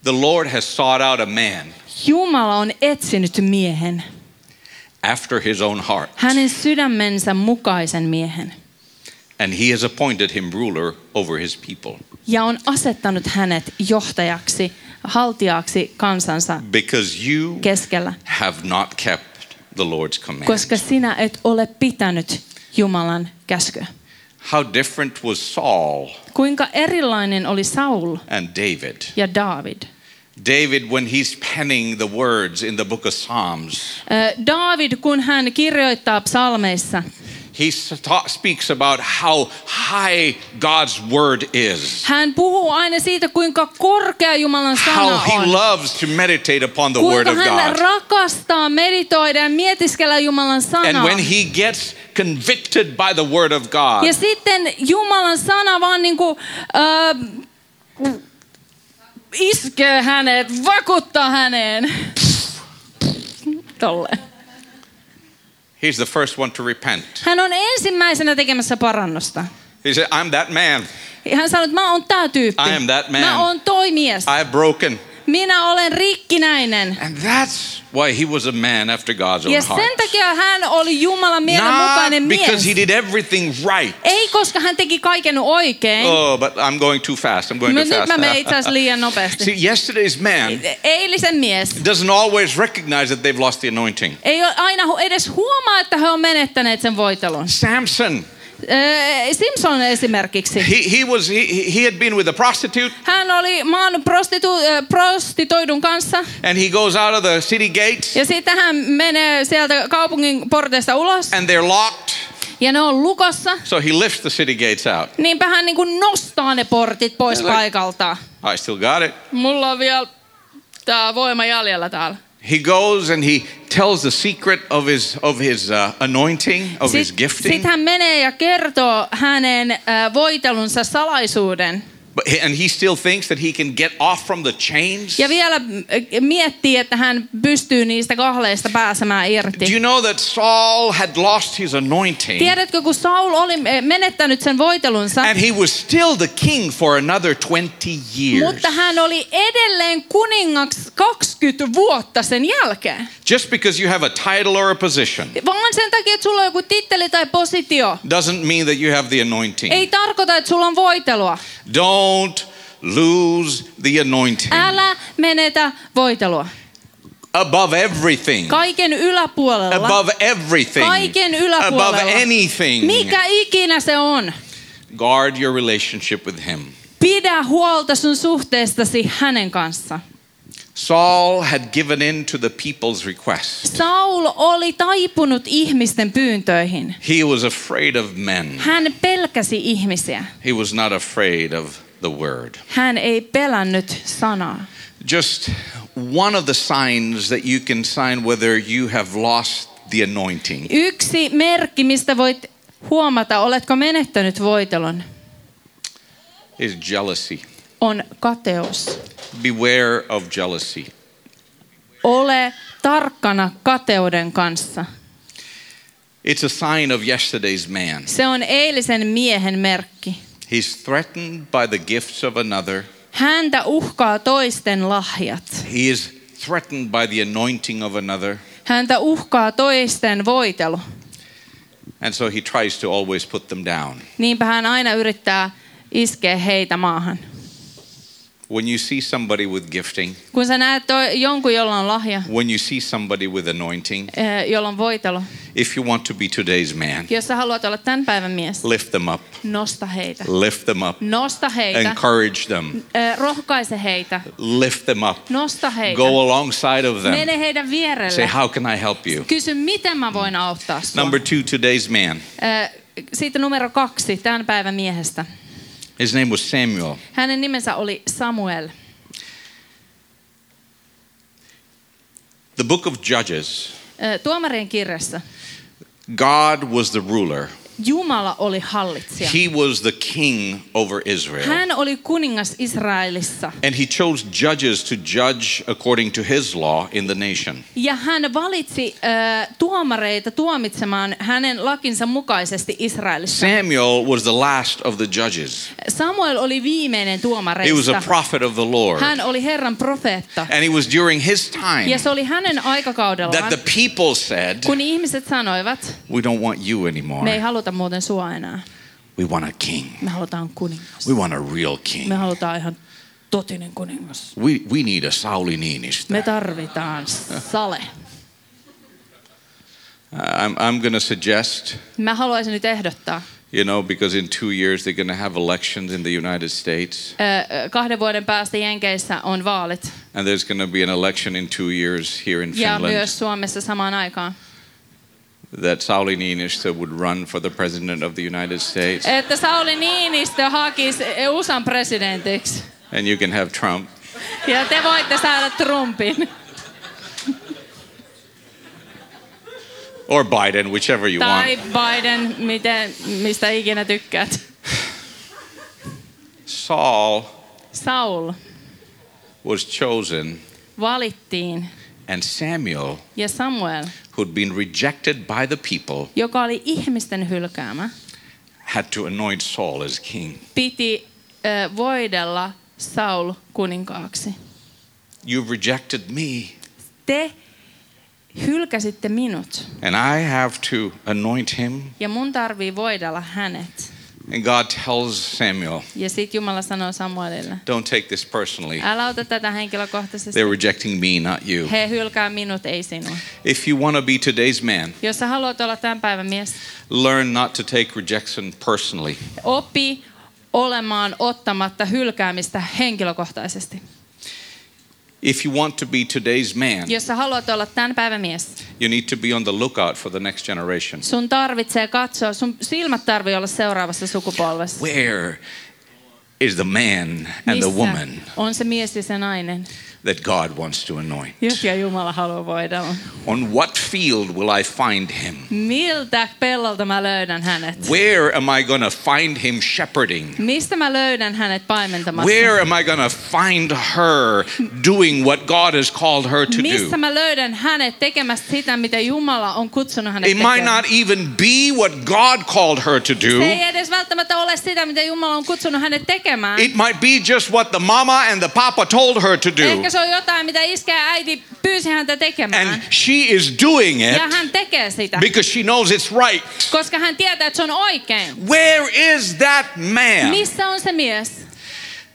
Speaker 2: The Lord has sought out a man
Speaker 3: Jumala on etsinyt miehen,
Speaker 2: after his own heart,
Speaker 3: hänen sydämensä mukaisen miehen,
Speaker 2: and he has appointed him ruler over his people.
Speaker 3: ja on asettanut hänet johtajaksi, haltiaaksi kansansa
Speaker 2: Because you
Speaker 3: keskellä,
Speaker 2: have not kept the Lord's command.
Speaker 3: koska sinä et ole pitänyt Jumalan käskyä.
Speaker 2: How different was Saul
Speaker 3: Kuinka erilainen oli Saul
Speaker 2: and David?
Speaker 3: ja Daavid?
Speaker 2: David, when he's penning the words in the book of Psalms,
Speaker 3: Ö, Daavid, kun hän kirjoittaa psalmeissa,
Speaker 2: he s- ta- speaks about how high God's word is,
Speaker 3: hän puhuu aina siitä, kuinka korkea Jumalan
Speaker 2: how
Speaker 3: sana
Speaker 2: he
Speaker 3: on.
Speaker 2: loves to meditate upon the word
Speaker 3: Kuinka
Speaker 2: of
Speaker 3: hän
Speaker 2: God.
Speaker 3: rakastaa meditoida ja mietiskellä Jumalan
Speaker 2: And
Speaker 3: sanaa.
Speaker 2: when he gets convicted by the word of God,
Speaker 3: Ja sitten Jumalan sana vaan niinku, äh, iskee hänet, vakuuttaa häneen. Tolle.
Speaker 2: he's the first one to repent.
Speaker 3: Hän on ensimmäisenä tekemässä parannusta.
Speaker 2: He said, I'm that man.
Speaker 3: Hän sanoi, että mä oon tää tyyppi.
Speaker 2: I am that man.
Speaker 3: Mä oon toi mies.
Speaker 2: I've broken.
Speaker 3: Minä olen rikkinäinen.
Speaker 2: And that's why he was a man after God's own
Speaker 3: Ja
Speaker 2: heart.
Speaker 3: sen takia hän oli Jumalan mielen mukainen
Speaker 2: Not because
Speaker 3: mies.
Speaker 2: he did everything right.
Speaker 3: Ei koska hän teki kaiken oikein.
Speaker 2: Oh, but I'm going too fast. I'm going
Speaker 3: Mut
Speaker 2: too fast.
Speaker 3: nyt mä menen itse asiassa liian nopeasti.
Speaker 2: See, yesterday's man
Speaker 3: Eilisen mies
Speaker 2: doesn't always recognize that they've lost the anointing.
Speaker 3: ei ole aina hu- edes huomaa, että he on menettäneet sen voitelun.
Speaker 2: Samson,
Speaker 3: Öö, Simpson esimerkiksi.
Speaker 2: he, he was he, he he had been with a prostitute,
Speaker 3: Hän oli maan prostitu- ö, prostitoidun kanssa
Speaker 2: and he goes out of the city gates,
Speaker 3: ja sitten hän menee sieltä kaupungin porteista ulos
Speaker 2: and they're locked.
Speaker 3: ja ne on lukossa.
Speaker 2: So he lifts the city gates out.
Speaker 3: Niinpä hän niin kuin nostaa ne portit pois
Speaker 2: Like-
Speaker 3: paikalta.
Speaker 2: I still got it.
Speaker 3: Mulla on vielä tää voima jäljellä täällä.
Speaker 2: He goes and he tells the secret of his of his uh, anointing, of his
Speaker 3: Sitten
Speaker 2: gifting.
Speaker 3: hän menee ja kertoo hänen ö, voitelunsa salaisuuden.
Speaker 2: But, and he still thinks that he can get off from the chains.
Speaker 3: Ja vielä mm, miettii, että hän pystyy niistä kahleista pääsemään
Speaker 2: Do you
Speaker 3: irti.
Speaker 2: know that Saul had lost his anointing?
Speaker 3: Tiedätkö, kun Saul oli eh, menettänyt sen voitelunsa,
Speaker 2: And he was still the king for another 20 years.
Speaker 3: mutta hän oli edelleen kuningaksi 20 vuotta sen jälkeen.
Speaker 2: Just because you have a title or a position
Speaker 3: Vaan sen takia, että sulla on joku titteli tai positio.
Speaker 2: doesn't mean that you have the anointing.
Speaker 3: Ei tarkoita, että sulla on voitelua.
Speaker 2: Don't lose the anointing.
Speaker 3: Älä menetä voitelua.
Speaker 2: Above everything.
Speaker 3: Kaiken yläpuolella.
Speaker 2: Above everything.
Speaker 3: Kaiken
Speaker 2: Above
Speaker 3: yläpuolella.
Speaker 2: anything.
Speaker 3: Mikä ikinä se on.
Speaker 2: Guard your relationship with him.
Speaker 3: Pidä huolta sun suhteestasi hänen kanssa.
Speaker 2: Saul had given in to the people's request.
Speaker 3: Saul oli taipunut ihmisten pyyntöihin.
Speaker 2: He was afraid of men.
Speaker 3: Hän pelkäsi ihmisiä.
Speaker 2: He was not afraid of the word.
Speaker 3: Hän ei pelännyt sanaa.
Speaker 2: Just one of the signs that you can sign whether you have lost the anointing
Speaker 3: Yksi merkki, mistä voit huomata, oletko menettänyt voitelon,
Speaker 2: is jealousy.
Speaker 3: on kateus.
Speaker 2: Beware of jealousy.
Speaker 3: Ole tarkkana kateuden kanssa.
Speaker 2: It's a sign of yesterday's man.
Speaker 3: Se on eilisen miehen merkki.
Speaker 2: He's threatened by the gifts of another.
Speaker 3: Häntä uhkaa toisten lahjat.
Speaker 2: He is threatened by the anointing of another.
Speaker 3: Häntä uhkaa toisten voitelu.
Speaker 2: And so he tries to always put them down.
Speaker 3: Niinpä hän aina yrittää iskeä heitä maahan.
Speaker 2: When you see somebody with gifting,
Speaker 3: Kun sä näet toi, jonkun, jolla on lahja,
Speaker 2: when you see somebody with anointing,
Speaker 3: eh, jolla on voitelu,
Speaker 2: if you want to be today's man,
Speaker 3: jos sä haluat olla tämän päivän mies,
Speaker 2: lift them up,
Speaker 3: nosta heitä.
Speaker 2: lift them up,
Speaker 3: Nosta heitä.
Speaker 2: encourage them,
Speaker 3: Eh, rohkaise heitä.
Speaker 2: lift them up,
Speaker 3: Nosta heitä.
Speaker 2: go alongside of them.
Speaker 3: Mene heidän
Speaker 2: Say,
Speaker 3: vierelle.
Speaker 2: How can I help you?
Speaker 3: Kysy, miten mä voin auttaa sua.
Speaker 2: Number two, today's man.
Speaker 3: Eh, Siitä numero kaksi, tämän päivän miehestä.
Speaker 2: His name was Samuel.
Speaker 3: Hänen nimensä oli Samuel.
Speaker 2: The book of Judges,
Speaker 3: Eh, Tuomarien kirjassa
Speaker 2: God was the ruler,
Speaker 3: Jumala oli hallitsija.
Speaker 2: He was the king over Israel.
Speaker 3: Hän oli kuningas Israelissa.
Speaker 2: And he chose judges to judge according to his law in the nation.
Speaker 3: Ja hän valitsi äh, tuomareita tuomitsemaan hänen lakinsa mukaisesti Israelissa.
Speaker 2: Samuel was the last of the judges.
Speaker 3: Samuel oli viimeinen
Speaker 2: He was a
Speaker 3: tuomareista.
Speaker 2: prophet of the Lord.
Speaker 3: Hän oli Herran profeetta.
Speaker 2: And it was during his time
Speaker 3: Ja se oli hänen
Speaker 2: that
Speaker 3: aikakaudellaan,
Speaker 2: the people said,
Speaker 3: kun ihmiset sanoivat,
Speaker 2: We don't want you anymore.
Speaker 3: me ei haluta muuten sua enää.
Speaker 2: We want a king.
Speaker 3: Me halutaan kuningas.
Speaker 2: We want a real
Speaker 3: Me
Speaker 2: king.
Speaker 3: halutaan ihan totinen kuningas.
Speaker 2: We, we need a Sauli Niinistö.
Speaker 3: Me tarvitaan sale.
Speaker 2: Uh, I'm, I'm going to suggest,
Speaker 3: Mä haluaisin nyt ehdottaa.
Speaker 2: you know, because in two years they're going to have elections in the United States.
Speaker 3: Ö, kahden vuoden päästä Jenkeissä on vaalit.
Speaker 2: And there's going to be an election in two years here in
Speaker 3: Ja
Speaker 2: Finland.
Speaker 3: myös Suomessa samaan aikaan.
Speaker 2: that Sauli Niinistö would run for the president of the United States,
Speaker 3: Että Sauli Niinistö hakisi USAn presidentiksi.
Speaker 2: and you can have Trump.
Speaker 3: Ja te voitte saada Trumpin.
Speaker 2: Or Biden, whichever you
Speaker 3: Tai
Speaker 2: want.
Speaker 3: Biden, miten, mistä ikinä tykkäät.
Speaker 2: Saul
Speaker 3: Saul
Speaker 2: was chosen,
Speaker 3: valittiin.
Speaker 2: and Samuel,
Speaker 3: Ja Samuel,
Speaker 2: who'd been rejected by the people,
Speaker 3: joka oli ihmisten hylkäämä,
Speaker 2: had to anoint Saul as king.
Speaker 3: piti ö, voidella Saul kuninkaaksi.
Speaker 2: You've rejected me,
Speaker 3: Te hylkäsitte minut
Speaker 2: and I have to anoint him.
Speaker 3: ja mun tarvii voidella hänet.
Speaker 2: And God tells Samuel,
Speaker 3: Ja sit Jumala sanoo Samuelille,
Speaker 2: Don't take this personally.
Speaker 3: älä ota tätä henkilökohtaisesti.
Speaker 2: They're rejecting me, not you.
Speaker 3: He hylkää minut, ei sinua.
Speaker 2: If you want to be today's man,
Speaker 3: Jos sä haluat olla tämän päivän mies,
Speaker 2: learn not to take rejection personally.
Speaker 3: opi olemaan ottamatta hylkäämistä henkilökohtaisesti.
Speaker 2: If you want to be today's man,
Speaker 3: Jos sä haluat olla tämän päivän mies,
Speaker 2: You need to be on the lookout for the next generation.
Speaker 3: sun tarvitsee katsoa, sun silmät tarvii olla seuraavassa sukupolvessa.
Speaker 2: Where is the man and the
Speaker 3: Missä
Speaker 2: woman
Speaker 3: on se mies ja se nainen,
Speaker 2: that God wants to anoint?
Speaker 3: jotka Jumala haluaa voidella.
Speaker 2: On what field will I find him?
Speaker 3: Miltä pellolta mä löydän hänet?
Speaker 2: Where am I going to find him shepherding?
Speaker 3: Mistä mä löydän hänet paimentamassa?
Speaker 2: Where am I going to find her doing what God has called her to do?
Speaker 3: Mistä mä löydän hänet tekemästä sitä, mitä Jumala on kutsunut hänet
Speaker 2: It might
Speaker 3: tekemään?
Speaker 2: not even be what God called her to
Speaker 3: Se
Speaker 2: do.
Speaker 3: ei edes välttämättä ole sitä, mitä Jumala on kutsunut hänet tekemään.
Speaker 2: It might be just what the mama and the papa told her to do.
Speaker 3: Ehkä se on jotain, mitä iskä ja äiti pyysi häntä tekemään.
Speaker 2: And she is doing it
Speaker 3: ja hän tekee sitä,
Speaker 2: because she knows it's right.
Speaker 3: koska hän tietää, että se on oikein.
Speaker 2: Where is that man?
Speaker 3: Missä on se mies?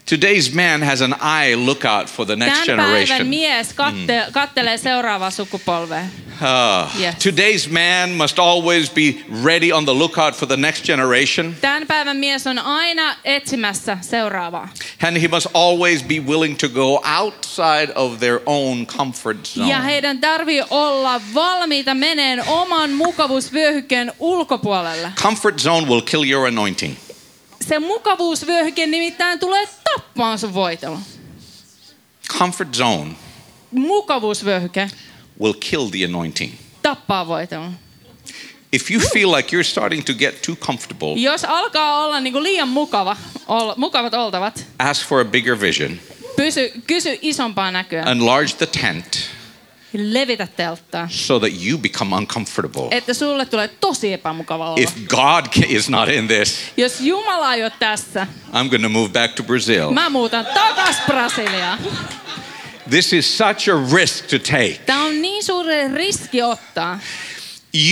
Speaker 2: Today's man has an eye lookout for the next
Speaker 3: Tämän päivän
Speaker 2: generation. Mm.
Speaker 3: mies katte, kattelee seuraavaa sukupolvea.
Speaker 2: Ah,
Speaker 3: Yes.
Speaker 2: Today's man must always be ready on the lookout for the next generation,
Speaker 3: Tämän päivän mies on aina etsimässä seuraavaa.
Speaker 2: and he must always be willing to go outside of their own comfort
Speaker 3: Ja
Speaker 2: zone.
Speaker 3: heidän tarvii olla valmiita meneen oman mukavuusvyöhykkeen ulkopuolelle.
Speaker 2: Comfort zone will kill your anointing.
Speaker 3: Se mukavuusvyöhyke nimittäin tulee tappaan sun voitelun.
Speaker 2: Comfort zone
Speaker 3: Mukavuusvyöhyke
Speaker 2: will kill the anointing.
Speaker 3: tappaa voitelun.
Speaker 2: If you feel like you're starting to get too comfortable,
Speaker 3: Jos alkaa olla niinku liian mukava, ol, mukavat oltavat,
Speaker 2: ask for a bigger vision,
Speaker 3: pysy, kysy isompaa näkyä.
Speaker 2: enlarge the tent
Speaker 3: Levitä telttaa.
Speaker 2: so that you become uncomfortable.
Speaker 3: Että sulle tulee tosi epämukava olla.
Speaker 2: If God ca- is not in this,
Speaker 3: Jos Jumala ei ole tässä,
Speaker 2: I'm going to move back to Brazil.
Speaker 3: mä muutan takas Brasiliaan.
Speaker 2: This is such a risk to take.
Speaker 3: Tämä on niin suuri riski ottaa.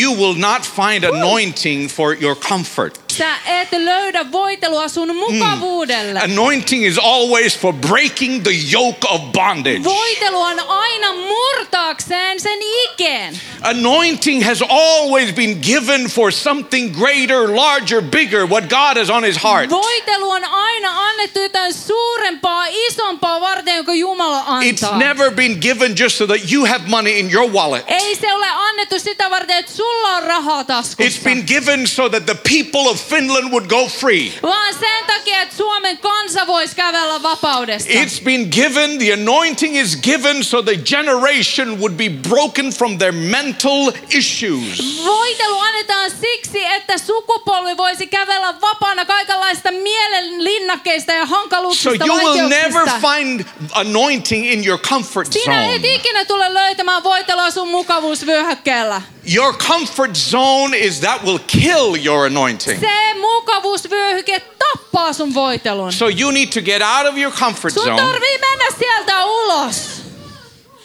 Speaker 2: You will not find anointing for your comfort.
Speaker 3: Sä et löydä voitelua
Speaker 2: Mm.
Speaker 3: sun mukavuudelle.
Speaker 2: Anointing is always for breaking the yoke of bondage.
Speaker 3: Voitelu on aina murtaakseen sen ikeen.
Speaker 2: Anointing has always been given for something greater, larger, bigger, what God has on his heart.
Speaker 3: Voitelu on aina annettu jotain suurempaa, isompaa varten, jonka Jumala
Speaker 2: It's
Speaker 3: antaa.
Speaker 2: never been given just so that you have money in your wallet.
Speaker 3: Ei se ole annettu sitä varten, että sulla on rahaa
Speaker 2: It's
Speaker 3: taskussa.
Speaker 2: been given so that the people of Finland would go free.
Speaker 3: Vaan sen takia, että Suomen kansa voisi kävellä vapaudessa.
Speaker 2: It's been given, the anointing is given so the generation would be broken from their mental
Speaker 3: Mm-hmm.
Speaker 2: issues.
Speaker 3: Voitelu annetaan siksi, että sukupolvi voisi kävellä vapaana kaikenlaista mielen linnakkeista ja
Speaker 2: So
Speaker 3: hankaluuksista
Speaker 2: you will never
Speaker 3: vaikeuksista.
Speaker 2: find anointing in your comfort
Speaker 3: Sinä
Speaker 2: zone.
Speaker 3: et ikinä tule löytämään voitelua sun mukavuusvyöhykkeellä.
Speaker 2: Your comfort zone is that will kill your anointing.
Speaker 3: Se mukavuusvyöhyke tappaa sun voitelun.
Speaker 2: So you need to get out of your comfort
Speaker 3: Sun
Speaker 2: zone.
Speaker 3: tarvii mennä sieltä ulos.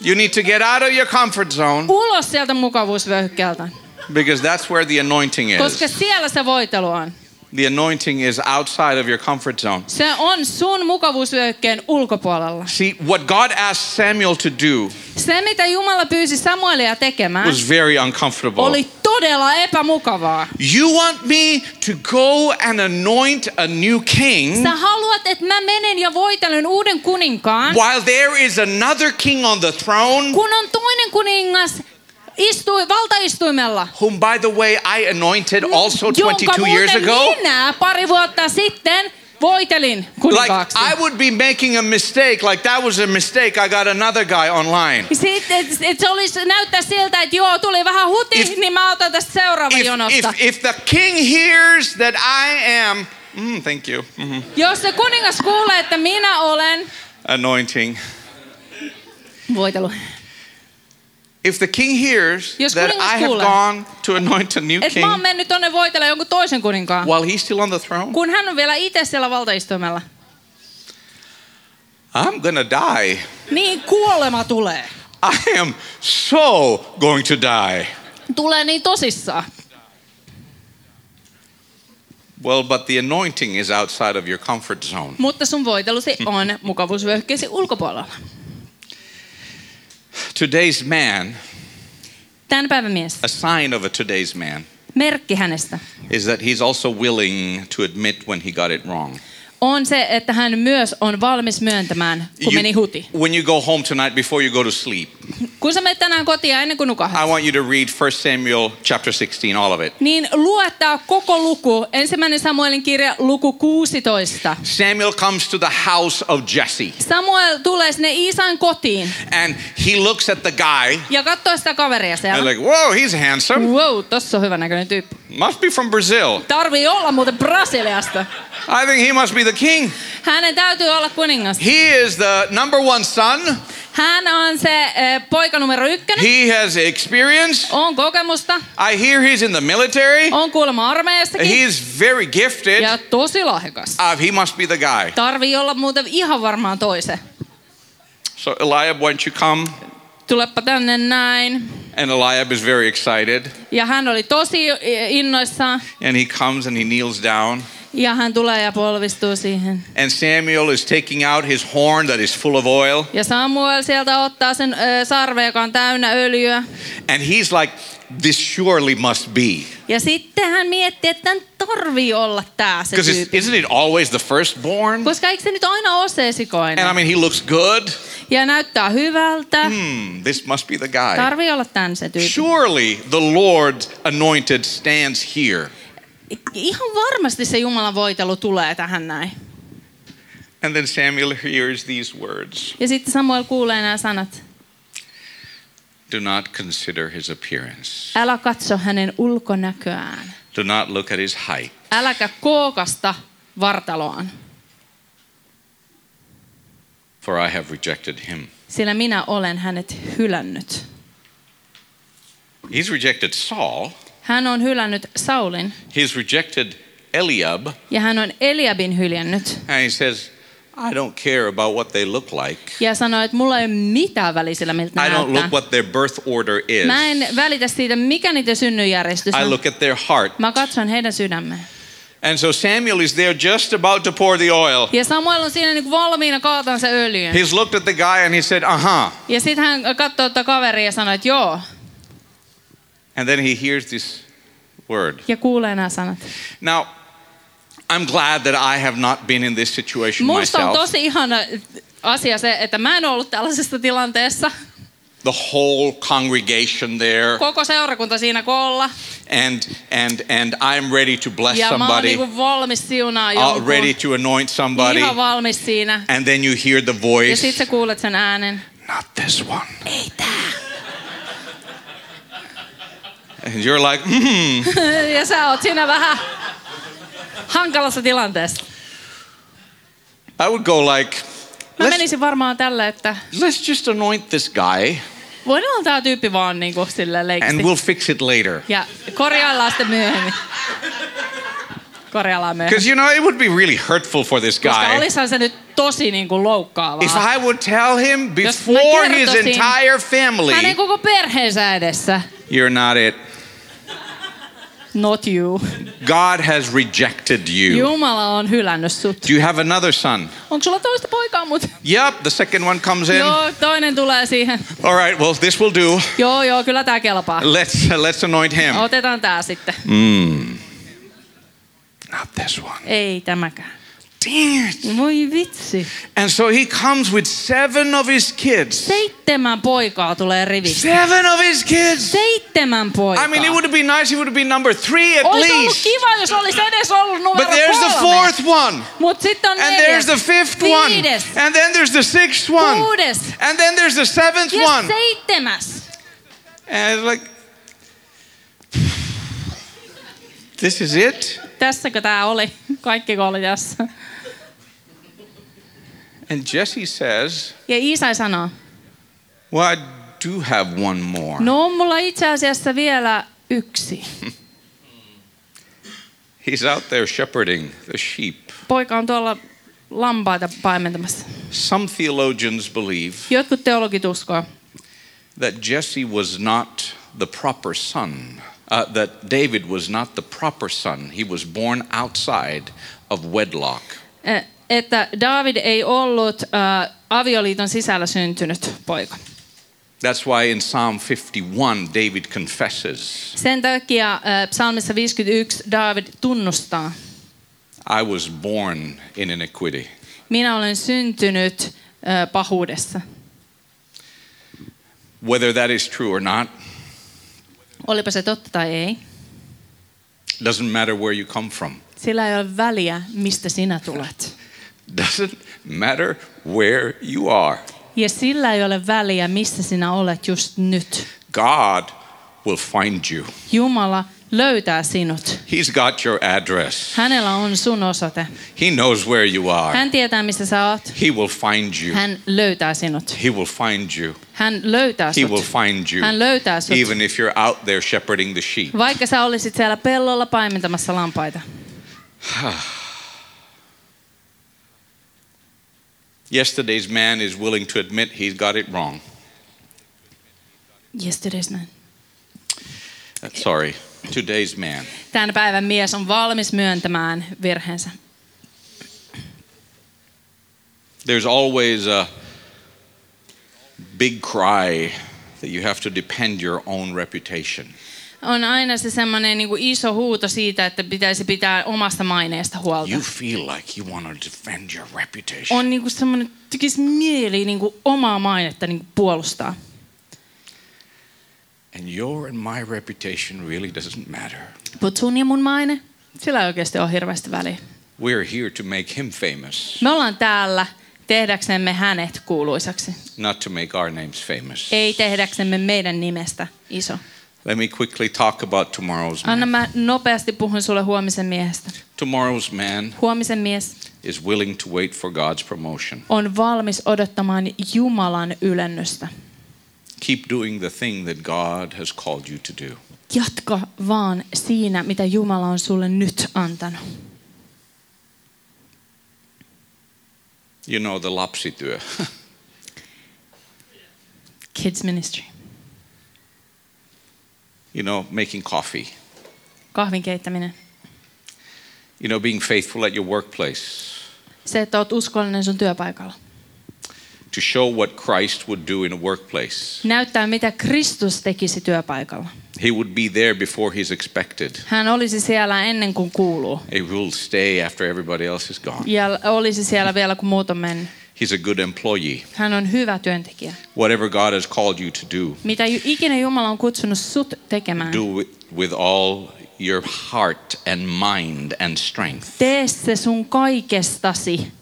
Speaker 2: You need to get out of your comfort zone
Speaker 3: Ulos sieltä mukavuusvyöhykkeeltä.
Speaker 2: because that's where the anointing
Speaker 3: Koska
Speaker 2: is.
Speaker 3: siellä se voitelu on.
Speaker 2: The anointing is outside of your comfort zone.
Speaker 3: Se on sun mukavuusvyöhykkeen ulkopuolella.
Speaker 2: See, what God asked Samuel to do
Speaker 3: Se, mitä Jumala pyysi Samuelia tekemään,
Speaker 2: was very uncomfortable.
Speaker 3: oli todella epämukavaa.
Speaker 2: You want me to go and anoint a new king
Speaker 3: Sä haluat, että mä menen ja voitelen uuden kuninkaan,
Speaker 2: while there is another king on the throne,
Speaker 3: kun on toinen kuningas istui, valtaistuimella.
Speaker 2: whom, by the way, I anointed also
Speaker 3: jonka
Speaker 2: 22 years
Speaker 3: muuten
Speaker 2: ago?
Speaker 3: minä pari vuotta sitten voitelin
Speaker 2: Like,
Speaker 3: kuninkaaksi.
Speaker 2: I would be making a mistake. Like, that was a mistake. I got another guy online.
Speaker 3: Sitten et, et se olisi näyttää siltä, että joo, tuli vähän huti,
Speaker 2: If-
Speaker 3: niin mä otan tästä seuraava
Speaker 2: If,
Speaker 3: jonosta.
Speaker 2: if, if the king hears that I am, mm, thank you, mhm,
Speaker 3: Jos se kuningas kuulee, että minä olen...
Speaker 2: anointing.
Speaker 3: Voitelu.
Speaker 2: If the king hears
Speaker 3: Jos
Speaker 2: that
Speaker 3: kuningas
Speaker 2: I have
Speaker 3: kuulee.
Speaker 2: gone to anoint a new
Speaker 3: Et mä oon
Speaker 2: king
Speaker 3: mennyt tonne voitella jonkun toisen kuninkaan.
Speaker 2: while he's still on the throne,
Speaker 3: Kun hän on vielä itse siellä valtaistuimella.
Speaker 2: I'm gonna die.
Speaker 3: Niin kuolema tulee.
Speaker 2: I am so going to die.
Speaker 3: Tulee niin tosissaan.
Speaker 2: Well, but the anointing is outside of your comfort zone.
Speaker 3: Mutta sun voitelusi
Speaker 2: Mm.
Speaker 3: on mukavuusvyöhykkeesi ulkopuolella.
Speaker 2: Today's man,
Speaker 3: Tämän päivän mies.
Speaker 2: a sign of a today's man,
Speaker 3: Merkki hänestä.
Speaker 2: is that he's also willing to admit when he got it wrong.
Speaker 3: on se, että hän myös on valmis myöntämään, kun meni huti.
Speaker 2: when you go home tonight before you go to sleep,
Speaker 3: Kun sä menet tänään kotia ennen kuin nukahat,
Speaker 2: I want you to read 1 Samuel chapter 16, all of it.
Speaker 3: niin luettaa koko luku. Ensimmäinen Samuelin kirja, luku 16.
Speaker 2: Samuel comes to the house of Jesse
Speaker 3: Samuel tulee sinne Iisan kotiin
Speaker 2: and he looks at the guy
Speaker 3: ja katsoo sitä kaveria
Speaker 2: and
Speaker 3: siellä.
Speaker 2: like, whoa, he's handsome.
Speaker 3: Wow, tossa on hyvän näköinen tyyppi.
Speaker 2: Must be from Brazil.
Speaker 3: Tarvii olla muuten Brasiliasta.
Speaker 2: I think he must be the king.
Speaker 3: Hänen täytyy olla kuningas.
Speaker 2: He is the number one son.
Speaker 3: Hän on se eh, poika numero ykkönen.
Speaker 2: He has experience.
Speaker 3: On kokemusta.
Speaker 2: I hear he's in the military.
Speaker 3: On kuulemma
Speaker 2: He
Speaker 3: armeijassakin.
Speaker 2: is very gifted.
Speaker 3: Ja tosi lahjakas.
Speaker 2: Uh, he must be the guy.
Speaker 3: Tarvii olla muuten ihan varmaan toise.
Speaker 2: So Eliab, why don't you come?
Speaker 3: Tulepa tänne näin.
Speaker 2: And Eliab is very excited.
Speaker 3: Ja hän oli tosi eh, innoissaan.
Speaker 2: And he comes and he kneels down.
Speaker 3: Ja hän tulee ja polvistuu siihen.
Speaker 2: And Samuel is taking out his horn that is full of oil.
Speaker 3: Ja Samuel sieltä ottaa sen ö, sarve, joka on täynnä öljyä.
Speaker 2: And he's like, This surely must be.
Speaker 3: Ja sitten hän miettii, että tämän tarvii olla tää se
Speaker 2: Because
Speaker 3: tyyppi.
Speaker 2: isn't it always the firstborn?
Speaker 3: Koska eikö se nyt aina ole se esikoinen?
Speaker 2: And I mean, he looks good.
Speaker 3: Ja näyttää hyvältä.
Speaker 2: Hmm, this must be the guy.
Speaker 3: Tarvii olla tän se tyyppi.
Speaker 2: Surely the Lord's anointed stands here.
Speaker 3: Ihan varmasti se Jumalan voitelu tulee tähän näin.
Speaker 2: And then Samuel hears these words
Speaker 3: Ja sitten Samuel kuulee nämä sanat.
Speaker 2: Do not consider his appearance,
Speaker 3: Älä katso hänen ulkonäköään.
Speaker 2: do not look at his height.
Speaker 3: Äläkä kookasta vartaloaan,
Speaker 2: for I have rejected him.
Speaker 3: sillä minä olen hänet hylännyt.
Speaker 2: He's rejected Saul,
Speaker 3: Hän on hylännyt Saulin
Speaker 2: he's rejected Eliab,
Speaker 3: ja hän on Eliabin hyljännyt.
Speaker 2: and he says, I don't care about what they look like.
Speaker 3: Ja sanoi, että mulla ei ole mitään väliä sillä, miltä
Speaker 2: I
Speaker 3: ne
Speaker 2: don't
Speaker 3: näyttää.
Speaker 2: look what their birth order is.
Speaker 3: Mä en välitä siitä, mikä niiden synnyjärjestys
Speaker 2: I
Speaker 3: on.
Speaker 2: look at their heart.
Speaker 3: Mä katson heidän sydämeen.
Speaker 2: And so Samuel is there just about to pour the oil.
Speaker 3: Ja Samuel on siinä niin valmiina kaatan se öljyn.
Speaker 2: He's looked at the guy and he said, Uh huh.
Speaker 3: Ja sitten hän katsoo tätä kaveria ja sanoo, että joo.
Speaker 2: And then he hears this word.
Speaker 3: Ja kuulee nämä sanat.
Speaker 2: Now, I'm glad that I have not been in this situation
Speaker 3: Musta on
Speaker 2: myself.
Speaker 3: tosi ihana asia se, että mä en ole ollut tällaisessa tilanteessa.
Speaker 2: The whole congregation there,
Speaker 3: Koko seurakunta siinä koolla.
Speaker 2: and and and I'm ready to bless
Speaker 3: Ja mä oon
Speaker 2: somebody.
Speaker 3: niinku valmis siunaa
Speaker 2: uh, ready
Speaker 3: jonkun.
Speaker 2: to anoint somebody,
Speaker 3: Ihan valmis siinä.
Speaker 2: and then you hear the
Speaker 3: Ja
Speaker 2: voice,
Speaker 3: sit sä kuulet sen äänen.
Speaker 2: not this one. And you're like, "Mhm."
Speaker 3: Ja sä oot siinä vähän hankalassa tilanteessa.
Speaker 2: I would go like,
Speaker 3: Mä
Speaker 2: let's,
Speaker 3: menisin varmaan tällä, että
Speaker 2: let's just anoint this guy,
Speaker 3: voidaan tää tyyppi vaan niinku sillä leikiksi.
Speaker 2: and we'll fix it later.
Speaker 3: Ja korjaillaan sitten myöhemmin. Korjaillaan myöhemmin.
Speaker 2: Because you know it would be really hurtful for this
Speaker 3: Koska
Speaker 2: guy
Speaker 3: olisihan se nyt tosi niinku
Speaker 2: if
Speaker 3: loukkaavaa.
Speaker 2: I would tell him
Speaker 3: Jos mä
Speaker 2: before his
Speaker 3: kertoisin
Speaker 2: entire
Speaker 3: Hänen
Speaker 2: family,
Speaker 3: koko niinku perheensä edessä.
Speaker 2: you're not it.
Speaker 3: Not you.
Speaker 2: God has rejected you.
Speaker 3: Jumala on hylännyt sut.
Speaker 2: Do you have another son?
Speaker 3: Onko sulla toista poikaa mut?
Speaker 2: Yep, the second one comes in.
Speaker 3: Joo, toinen tulee siihen.
Speaker 2: All right, well this will do.
Speaker 3: Joo, joo, kyllä tää kelpaa.
Speaker 2: Let's uh, let's anoint him.
Speaker 3: Otetaan tää sitten.
Speaker 2: Mm. Not this one.
Speaker 3: Ei tämäkään.
Speaker 2: Damn it.
Speaker 3: Voi vitsi.
Speaker 2: And so he comes with seven of his kids.
Speaker 3: Seitsemän poikaa tulee rivistä.
Speaker 2: Seven of his kids.
Speaker 3: Seitsemän poikaa.
Speaker 2: I mean, it would have been nice if it would have been number three at
Speaker 3: Olisi ollut
Speaker 2: least.
Speaker 3: kiva, jos olisi edes ollut numero
Speaker 2: But there's the
Speaker 3: kolme.
Speaker 2: fourth one.
Speaker 3: Mut sitten on
Speaker 2: And there's
Speaker 3: neljäs.
Speaker 2: the fifth one.
Speaker 3: Viides.
Speaker 2: And then there's the sixth one.
Speaker 3: Kuudes.
Speaker 2: And then there's the seventh
Speaker 3: Ja
Speaker 2: one.
Speaker 3: seitsemäs.
Speaker 2: And it's like, this is it?
Speaker 3: Tässäkö tää oli? Kaikki oli tässä.
Speaker 2: And Jesse says,
Speaker 3: Ja Isai sanoo,
Speaker 2: Well, I do have one more.
Speaker 3: no on mulla itse asiassa vielä yksi.
Speaker 2: He's out there shepherding the sheep.
Speaker 3: Poika on tuolla lampaita paimentamassa.
Speaker 2: Some theologians believe
Speaker 3: Jotkut teologit uskoo,
Speaker 2: that Jesse was not the proper son, uh, that David was not the proper son. He was born outside of wedlock.
Speaker 3: eh, että David ei ollut äh, avioliiton sisällä syntynyt poika.
Speaker 2: That's why in Psalm 51, David confesses,
Speaker 3: Sen takia äh, psalmissa 51 David tunnustaa
Speaker 2: I was born in iniquity.
Speaker 3: Minä olen syntynyt ö, pahuudessa.
Speaker 2: Whether that is true or not,
Speaker 3: Olipa se totta tai ei,
Speaker 2: doesn't matter where you come from.
Speaker 3: sillä ei ole väliä, mistä sinä tulet.
Speaker 2: Doesn't matter where you are.
Speaker 3: Ja sillä ei ole väliä, missä sinä olet just nyt.
Speaker 2: God will find you.
Speaker 3: Jumala löytää sinut.
Speaker 2: He's got your address.
Speaker 3: Hänellä on sun osoite.
Speaker 2: He knows where you are.
Speaker 3: Hän tietää, missä sä oot.
Speaker 2: He will find you.
Speaker 3: Hän löytää sinut.
Speaker 2: He will find you.
Speaker 3: Hän löytää
Speaker 2: He will
Speaker 3: sinut.
Speaker 2: find you.
Speaker 3: Hän löytää sut.
Speaker 2: Even if you're out there shepherding the sheep.
Speaker 3: Vaikka sä olisit siellä pellolla paimentamassa lampaita.
Speaker 2: Yesterday's man is willing to admit he's got it wrong.
Speaker 3: Yesterday's man.
Speaker 2: Uh, Sorry, today's man.
Speaker 3: Tämän päivän mies on valmis myöntämään virheensä.
Speaker 2: There's always a big cry that you have to depend your own reputation.
Speaker 3: On aina se semmoinen niin iso huuto siitä, että pitäisi pitää omasta maineesta huolta.
Speaker 2: You feel like you want to defend your reputation.
Speaker 3: Oh, On niin kuin semmoinen, tekisi mieli niin kuin omaa mainetta niin kuin puolustaa.
Speaker 2: And your and my reputation really doesn't matter.
Speaker 3: Mutta sun ja mun maine, sillä ei oikeasti ole hirveästi väliä.
Speaker 2: We're here to make him famous,
Speaker 3: Me ollaan täällä tehdäksemme hänet kuuluisaksi.
Speaker 2: not to make our names famous.
Speaker 3: Ei tehdäksemme meidän nimestä iso.
Speaker 2: Let me quickly talk about tomorrow's
Speaker 3: Anna
Speaker 2: man.
Speaker 3: mä nopeasti puhun sulle huomisen miehestä.
Speaker 2: Tomorrow's man
Speaker 3: Huomisen mies
Speaker 2: is willing to wait for God's promotion.
Speaker 3: on valmis odottamaan Jumalan ylennystä.
Speaker 2: Keep doing the thing that God has called you to do.
Speaker 3: Jatka vaan siinä, mitä Jumala on sulle nyt antanut.
Speaker 2: You know the lapsityö.
Speaker 3: Kids Ministry.
Speaker 2: you know, making coffee.
Speaker 3: Kahvin keittäminen.
Speaker 2: You know, being faithful at your workplace
Speaker 3: Se, että oot uskollinen sun työpaikalla.
Speaker 2: to show what Christ would do in a workplace.
Speaker 3: Näyttää, mitä Kristus tekisi työpaikalla.
Speaker 2: He would be there before he's expected.
Speaker 3: Hän olisi siellä ennen kuin kuuluu.
Speaker 2: He will stay after everybody else is gone.
Speaker 3: Ja olisi siellä vielä, kun muut on mennyt.
Speaker 2: He's a good employee.
Speaker 3: Hän on hyvä työntekijä.
Speaker 2: Whatever God has called you to do,
Speaker 3: Mitä ju- ikinä Jumala on kutsunut sut tekemään,
Speaker 2: do it with all your heart and mind and strength.
Speaker 3: tee se sun kaikestasi.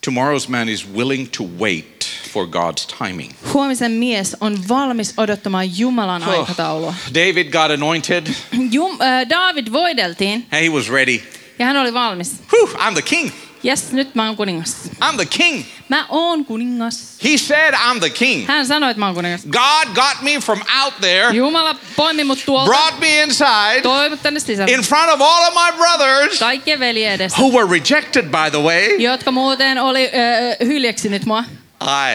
Speaker 2: Tomorrow's man is willing to wait for God's timing.
Speaker 3: Huomisen mies on valmis odottamaan Jumalan
Speaker 2: Oh.
Speaker 3: aikataulua.
Speaker 2: David got anointed
Speaker 3: Jum, äh, David voideltiin
Speaker 2: and he was ready.
Speaker 3: ja hän oli valmis.
Speaker 2: Whew, I'm the king.
Speaker 3: Jes, nyt mä oon kuningas.
Speaker 2: I'm the king.
Speaker 3: Mä oon kuningas.
Speaker 2: He said, I'm the king.
Speaker 3: Hän sanoi, että mä oon kuningas.
Speaker 2: God got me from out there,
Speaker 3: Jumala poimi mut tuolta,
Speaker 2: brought me inside,
Speaker 3: toi mut tänne sisälle.
Speaker 2: in front of all of my brothers,
Speaker 3: Kaikkien veli edessä,
Speaker 2: who were rejected, by the way.
Speaker 3: jotka muuten oli äh, hyljeksinyt mua.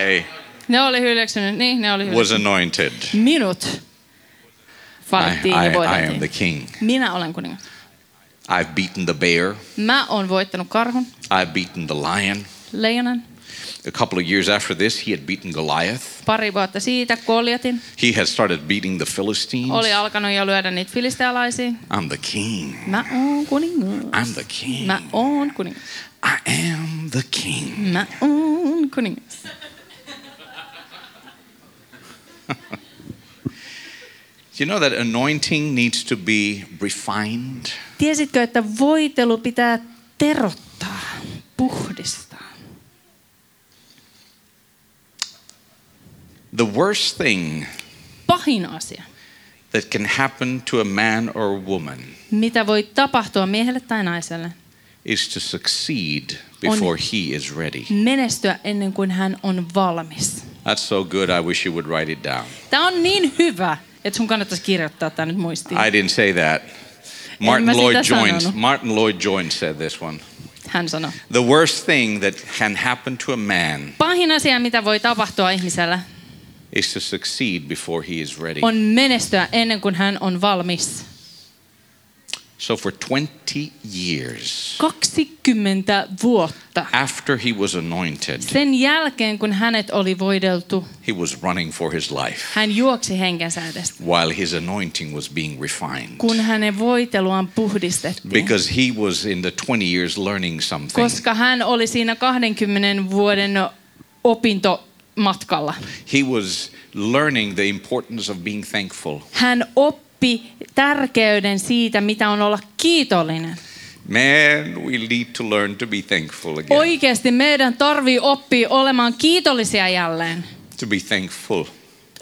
Speaker 2: I
Speaker 3: Ne oli hyljeksinyt, niin ne oli
Speaker 2: was
Speaker 3: hyljeksinyt.
Speaker 2: anointed.
Speaker 3: Minut
Speaker 2: I,
Speaker 3: valittiin
Speaker 2: I,
Speaker 3: ja
Speaker 2: I am the
Speaker 3: voideltiin.
Speaker 2: king.
Speaker 3: Minä olen kuningas.
Speaker 2: I've beaten the bear.
Speaker 3: Mä oon voittanut karhun,
Speaker 2: I've beaten the lion.
Speaker 3: leijonan,
Speaker 2: A couple of years after this, he had beaten Goliath.
Speaker 3: pari vuotta siitä, koljatin.
Speaker 2: He had started beating the Philistines.
Speaker 3: Oli alkanut jo lyödä niitä filistealaisia.
Speaker 2: I'm the king.
Speaker 3: Mä oon kuningas.
Speaker 2: I'm the king.
Speaker 3: Mä oon kuningas.
Speaker 2: I am the king.
Speaker 3: Mä oon kuningas.
Speaker 2: You know that anointing needs to be refined.
Speaker 3: Tiesitkö, että voitelu pitää terottaa, puhdistaa?
Speaker 2: The worst thing
Speaker 3: Pahin asia,
Speaker 2: that can happen to a man or a woman
Speaker 3: mitä voi tapahtua miehelle tai naiselle,
Speaker 2: is to succeed before he is ready.
Speaker 3: menestyä ennen kuin hän on valmis.
Speaker 2: That's so good. I wish you would write it down.
Speaker 3: Tämä on niin hyvä, että sun kannattaisi kirjoittaa tämä nyt muistiin.
Speaker 2: I didn't say that. Martin
Speaker 3: mä sitä
Speaker 2: Lloyd Jones.
Speaker 3: sanonut.
Speaker 2: Martin Lloyd Jones said this one.
Speaker 3: Hän sanoi.
Speaker 2: The worst thing that can happen to a man
Speaker 3: Pahin asia, mitä voi tapahtua ihmisellä,
Speaker 2: is to succeed before he is ready.
Speaker 3: on menestyä ennen kuin hän on valmis.
Speaker 2: So for 20 years
Speaker 3: 20 vuotta.
Speaker 2: after he was anointed,
Speaker 3: Sen jälkeen, kun hänet oli voideltu,
Speaker 2: he was running for his life
Speaker 3: hän juoksi henkensä edestä,
Speaker 2: while his anointing was being refined.
Speaker 3: kun hänen voiteluaan puhdistettiin.
Speaker 2: Because he was in the 20 years learning something.
Speaker 3: Koska hän oli siinä 20 vuoden opintomatkalla.
Speaker 2: He was learning the importance of being thankful.
Speaker 3: Hän oppi tärkeyden siitä, mitä on olla kiitollinen.
Speaker 2: Man, we need to learn to be thankful again.
Speaker 3: Oikeasti meidän tarvii oppia olemaan kiitollisia jälleen.
Speaker 2: To be thankful.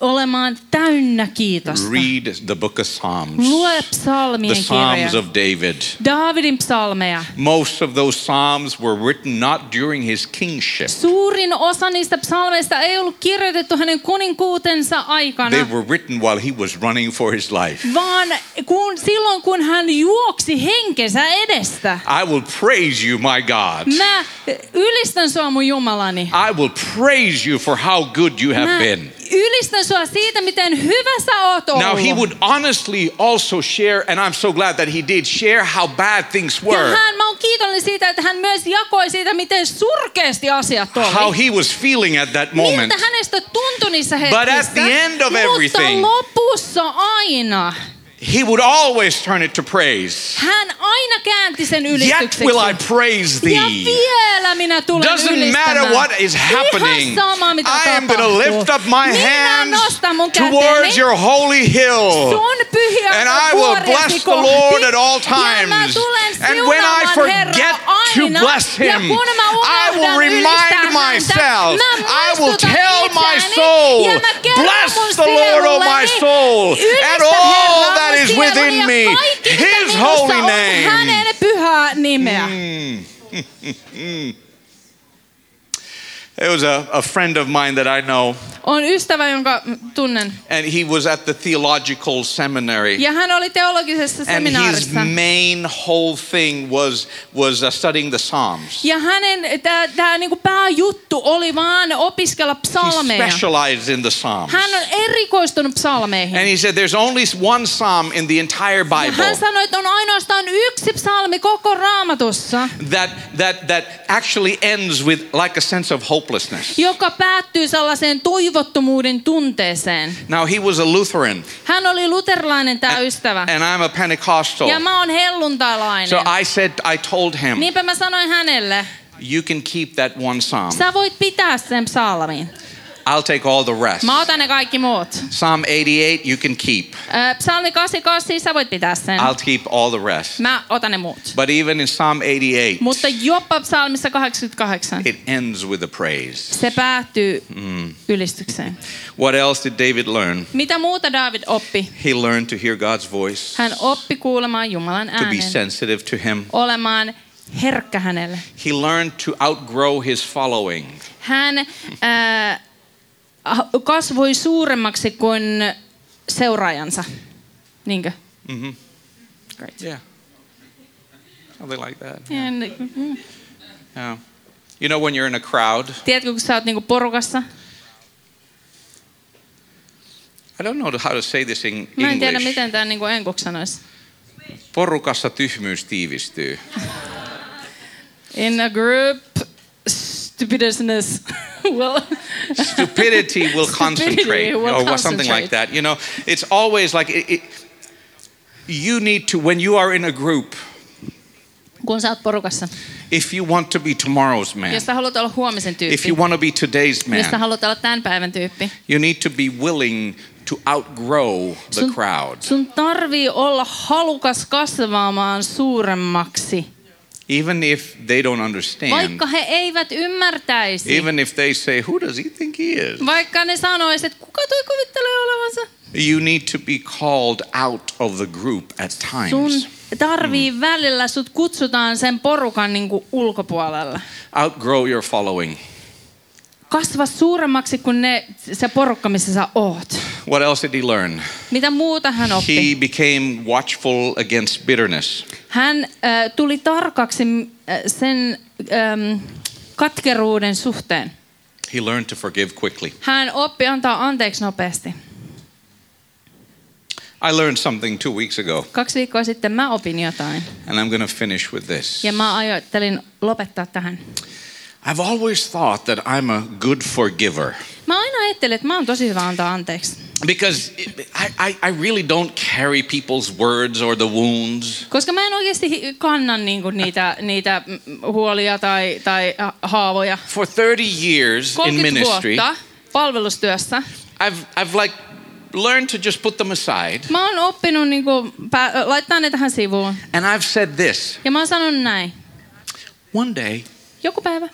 Speaker 3: Olemaan täynnä kiitosta.
Speaker 2: Read the book of Psalms.
Speaker 3: Lue
Speaker 2: The
Speaker 3: psalmien kirjoja.
Speaker 2: Psalms of David.
Speaker 3: Daavidin psalmeja.
Speaker 2: Most of those psalms were written not during his kingship.
Speaker 3: Suurin osa niistä psalmeista ei ollut kirjoitettu hänen kuninkuutensa aikana,
Speaker 2: They were written while he was running for his life.
Speaker 3: vaan kun, silloin kun hän juoksi henkensä edestä.
Speaker 2: I will praise you, my God.
Speaker 3: Mä ylistän sua mun Jumalani.
Speaker 2: I will praise you for how good you
Speaker 3: Mä
Speaker 2: have been.
Speaker 3: ylistän sua siitä, miten hyvä sä oot ollut.
Speaker 2: Now, he would honestly also share, and I'm so glad that he did, share how bad things
Speaker 3: ja
Speaker 2: were,
Speaker 3: hän, mä oon kiitollinen siitä, että hän myös jakoi siitä, miten surkeasti asiat oli.
Speaker 2: how he was feeling at that moment.
Speaker 3: Miltä hänestä tuntui niissä hetkissä.
Speaker 2: But at the end of everything-
Speaker 3: Mutta lopussa aina
Speaker 2: He would always turn it to praise.
Speaker 3: hän aina käänti sen
Speaker 2: Yet
Speaker 3: ylistykseksi.
Speaker 2: will I praise
Speaker 3: ja
Speaker 2: thee.
Speaker 3: vielä minä tulen
Speaker 2: Doesn't
Speaker 3: ylistämään.
Speaker 2: matter what is happening.
Speaker 3: Ihan sama, mitä
Speaker 2: I am going to
Speaker 3: tapahtuu.
Speaker 2: lift up my
Speaker 3: Minä
Speaker 2: hands
Speaker 3: nostan mun
Speaker 2: towards
Speaker 3: käteni
Speaker 2: your holy hill.
Speaker 3: sun pyhiä
Speaker 2: And I will
Speaker 3: vuoresi
Speaker 2: bless the
Speaker 3: kohti.
Speaker 2: Lord at all
Speaker 3: Ja mä
Speaker 2: times.
Speaker 3: tulen
Speaker 2: And when I
Speaker 3: siunaamaan
Speaker 2: forget
Speaker 3: Herraa
Speaker 2: to
Speaker 3: aina.
Speaker 2: bless
Speaker 3: Ja
Speaker 2: Him,
Speaker 3: kun mä
Speaker 2: I will
Speaker 3: unohdan
Speaker 2: remind
Speaker 3: ylistää häntä,
Speaker 2: myself.
Speaker 3: mä
Speaker 2: I will
Speaker 3: muistutan
Speaker 2: tell my
Speaker 3: itseäni.
Speaker 2: soul,
Speaker 3: Ja mä kerron
Speaker 2: bless
Speaker 3: mun
Speaker 2: the Lord, O my
Speaker 3: sielulleni,
Speaker 2: soul,
Speaker 3: ylistä
Speaker 2: and all
Speaker 3: Herraa mun
Speaker 2: that is
Speaker 3: sieluni
Speaker 2: within
Speaker 3: ja
Speaker 2: me,
Speaker 3: kaikki, mitä
Speaker 2: His
Speaker 3: minussa
Speaker 2: holy
Speaker 3: on,
Speaker 2: name.
Speaker 3: Hänen pyhää nimeä.
Speaker 2: There was a, a friend of mine that I know,
Speaker 3: On ystävä, jonka tunnen.
Speaker 2: and he was at the theological seminary.
Speaker 3: Ja hän oli teologisessa
Speaker 2: And his
Speaker 3: seminaarissa.
Speaker 2: main whole thing was, was uh, studying the Psalms.
Speaker 3: Ja hänen tämä niinku pääjuttu oli vaan opiskella
Speaker 2: He
Speaker 3: psalmeja.
Speaker 2: specialized in the Psalms.
Speaker 3: Hän on erikoistunut psalmeihin.
Speaker 2: And he said, There's only one psalm in the entire
Speaker 3: Ja
Speaker 2: Bible
Speaker 3: hän sanoi, että on ainoastaan yksi psalmi koko raamatussa,
Speaker 2: that, that, that actually ends with like a sense of hopelessness.
Speaker 3: joka päättyy sellaiseen toivottomuuden tunteeseen.
Speaker 2: Now, he was a Lutheran,
Speaker 3: Hän oli luterilainen tämä ystävä.
Speaker 2: and I'm a Pentecostal.
Speaker 3: Ja mä oon
Speaker 2: So
Speaker 3: helluntailainen.
Speaker 2: I said, I told him,
Speaker 3: Niinpä mä sanoin hänelle,
Speaker 2: You can keep that one psalm,
Speaker 3: sä voit pitää sen psalmin.
Speaker 2: I'll take all the rest.
Speaker 3: Mä otan ne kaikki muut.
Speaker 2: Psalm 88, you can keep,
Speaker 3: Ö, Psalmi 88, siis sä voit pitää sen.
Speaker 2: I'll keep all the rest.
Speaker 3: Mä otan ne muut.
Speaker 2: But even in Psalm 88,
Speaker 3: Mutta jopa psalmissa 88,
Speaker 2: it ends with a praise.
Speaker 3: se päättyy
Speaker 2: Mm.
Speaker 3: ylistykseen.
Speaker 2: What else did David learn?
Speaker 3: Mitä muuta David oppi?
Speaker 2: He learned to hear God's voice,
Speaker 3: Hän oppi kuulemaan Jumalan
Speaker 2: to be
Speaker 3: äänen.
Speaker 2: sensitive to Him.
Speaker 3: olemaan herkkä hänelle.
Speaker 2: He learned to outgrow his following.
Speaker 3: Hän ää, kasvoi suuremmaksi kuin seuraajansa. Niinkö? Great.
Speaker 2: Mm-hmm. Yeah. Something like that.
Speaker 3: Ja ni- mm.
Speaker 2: Yeah. You know, when you're in a crowd,
Speaker 3: Tiedätkö, kun sä oot niinku porukassa?
Speaker 2: I don't know how to say this in
Speaker 3: Mä en tiedä,
Speaker 2: English.
Speaker 3: miten tämä niinku enkuksi sanoisi.
Speaker 2: Porukassa tyhmyys tiivistyy.
Speaker 3: In a group, stupidness. well,
Speaker 2: Stupidity will concentrate,
Speaker 3: will
Speaker 2: or what- something like
Speaker 3: concentrate.
Speaker 2: that. You know, it's always like it, it, you need to, when you are in a group,
Speaker 3: Kun sä oot porukassa.
Speaker 2: if you want to be tomorrow's man,
Speaker 3: Jos sä haluat olla huomisen
Speaker 2: if
Speaker 3: tyyppi.
Speaker 2: you want to be today's
Speaker 3: Jos sä
Speaker 2: man,
Speaker 3: haluat olla tämän päivän tyyppi.
Speaker 2: you need to be willing to outgrow the
Speaker 3: Sun-
Speaker 2: crowd,
Speaker 3: Sun tarvii olla halukas kasvamaan suuremmaksi.
Speaker 2: even if they don't understand.
Speaker 3: Vaikka he eivät ymmärtäisi.
Speaker 2: Even if they say, Who does he think he is?
Speaker 3: Vaikka ne sanoisivat, että kuka toi kuvittelee olevansa?
Speaker 2: You need to be called out of the group at
Speaker 3: Sun
Speaker 2: times.
Speaker 3: tarvii
Speaker 2: Mm.
Speaker 3: välillä, sut kutsutaan sen porukan niin kuin ulkopuolella.
Speaker 2: Outgrow your following.
Speaker 3: Kasva suuremmaksi kuin ne, se porukka, missä sä oot.
Speaker 2: What else did he learn?
Speaker 3: Mitä muuta hän oppi?
Speaker 2: He became watchful against bitterness.
Speaker 3: Hän äh, tuli tarkaksi äh, sen ähm, katkeruuden suhteen.
Speaker 2: He learned to forgive quickly.
Speaker 3: Hän oppi antaa anteeksi nopeasti.
Speaker 2: I learned something two weeks ago,
Speaker 3: Kaksi viikkoa sitten mä opin jotain
Speaker 2: and I'm going to finish with this.
Speaker 3: ja mä ajattelin lopettaa tähän.
Speaker 2: I've always thought that I'm a good forgiver
Speaker 3: Mä aina ajattelen, että mä oon tosi hyvä antaa anteeksi.
Speaker 2: because I, I, I really don't carry people's words or the wounds.
Speaker 3: Koska mä en oikeasti hi- kanna niinku niitä, niitä mm, huolia tai, tai ha- haavoja.
Speaker 2: For 30 years in
Speaker 3: 30
Speaker 2: ministry,
Speaker 3: vuotta palvelustyössä.
Speaker 2: I've, I've like learned to just put them aside.
Speaker 3: Mä oon oppinut niinku, pää, laittaa ne tähän sivuun.
Speaker 2: And I've said this
Speaker 3: Ja mä oon sanonut näin.
Speaker 2: one day,
Speaker 3: Joku päivä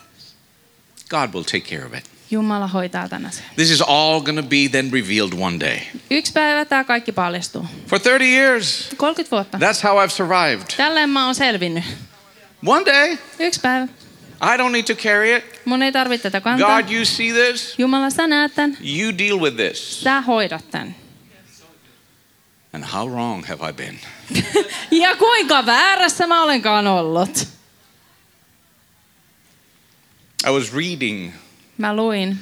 Speaker 2: God will take care of it.
Speaker 3: Jumala hoitaa tämän asian.
Speaker 2: This is all going to be then revealed one day.
Speaker 3: Yksi päivä tämä kaikki paljastuu.
Speaker 2: For 30 years,
Speaker 3: 30 vuotta.
Speaker 2: that's how I've survived.
Speaker 3: Tälleen mä oon selvinnyt.
Speaker 2: One day,
Speaker 3: Yksi päivä.
Speaker 2: I don't need to carry it.
Speaker 3: Mun ei tarvitse tätä kantaa.
Speaker 2: God, you see this?
Speaker 3: Jumala, sä näet tämän.
Speaker 2: You deal with this.
Speaker 3: Sä hoidat tämän.
Speaker 2: And how wrong have I been?
Speaker 3: Ja kuinka väärässä mä olenkaan ollut.
Speaker 2: I was reading
Speaker 3: Mä luin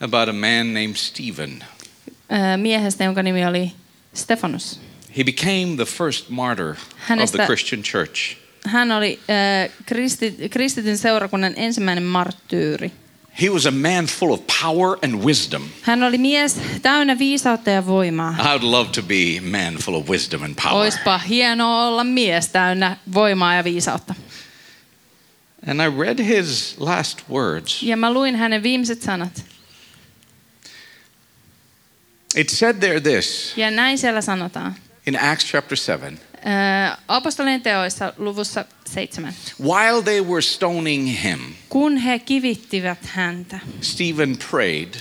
Speaker 2: about a man named Stephen.
Speaker 3: ö, miehestä, jonka nimi oli Stefanus.
Speaker 2: He became the first martyr of the
Speaker 3: Hänestä-
Speaker 2: Christian church.
Speaker 3: Hän oli ö, kristi, kristityn seurakunnan ensimmäinen marttyyri.
Speaker 2: He was a man full of power and wisdom.
Speaker 3: Hän oli mies täynnä viisautta ja voimaa.
Speaker 2: I'd love to be a man full of wisdom and power.
Speaker 3: Oispa hienoa olla mies täynnä voimaa ja viisautta.
Speaker 2: And I read his last words.
Speaker 3: Ja mä luin hänen viimeiset sanat.
Speaker 2: It said there this
Speaker 3: Ja näin siellä sanotaan.
Speaker 2: in Acts chapter 7
Speaker 3: Ää, Apostolien teoissa luvussa seitsemän.
Speaker 2: While they were stoning him,
Speaker 3: Kun he kivittivät häntä,
Speaker 2: Stephen prayed,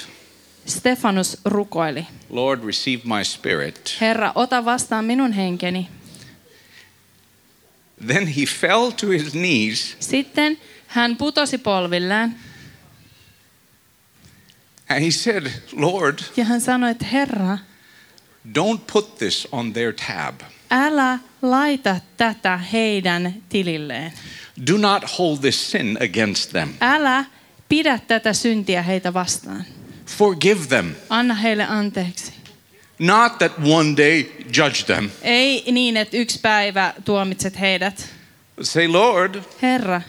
Speaker 3: Stefanus rukoili.
Speaker 2: Lord, receive my spirit.
Speaker 3: Herra, ota vastaan minun henkeni.
Speaker 2: Then he fell to his knees
Speaker 3: Sitten hän putosi polvilleen
Speaker 2: and he said, Lord,
Speaker 3: ja hän sanoi, että Herra,
Speaker 2: don't put this on their tab.
Speaker 3: älä laita tätä heidän tililleen.
Speaker 2: Do not hold this sin against them.
Speaker 3: Älä pidä tätä syntiä heitä vastaan.
Speaker 2: Forgive them.
Speaker 3: Anna heille anteeksi.
Speaker 2: Not that one day judge them.
Speaker 3: Ei niin, että yksi päivä tuomitset heidät.
Speaker 2: Say, Lord,
Speaker 3: Herra,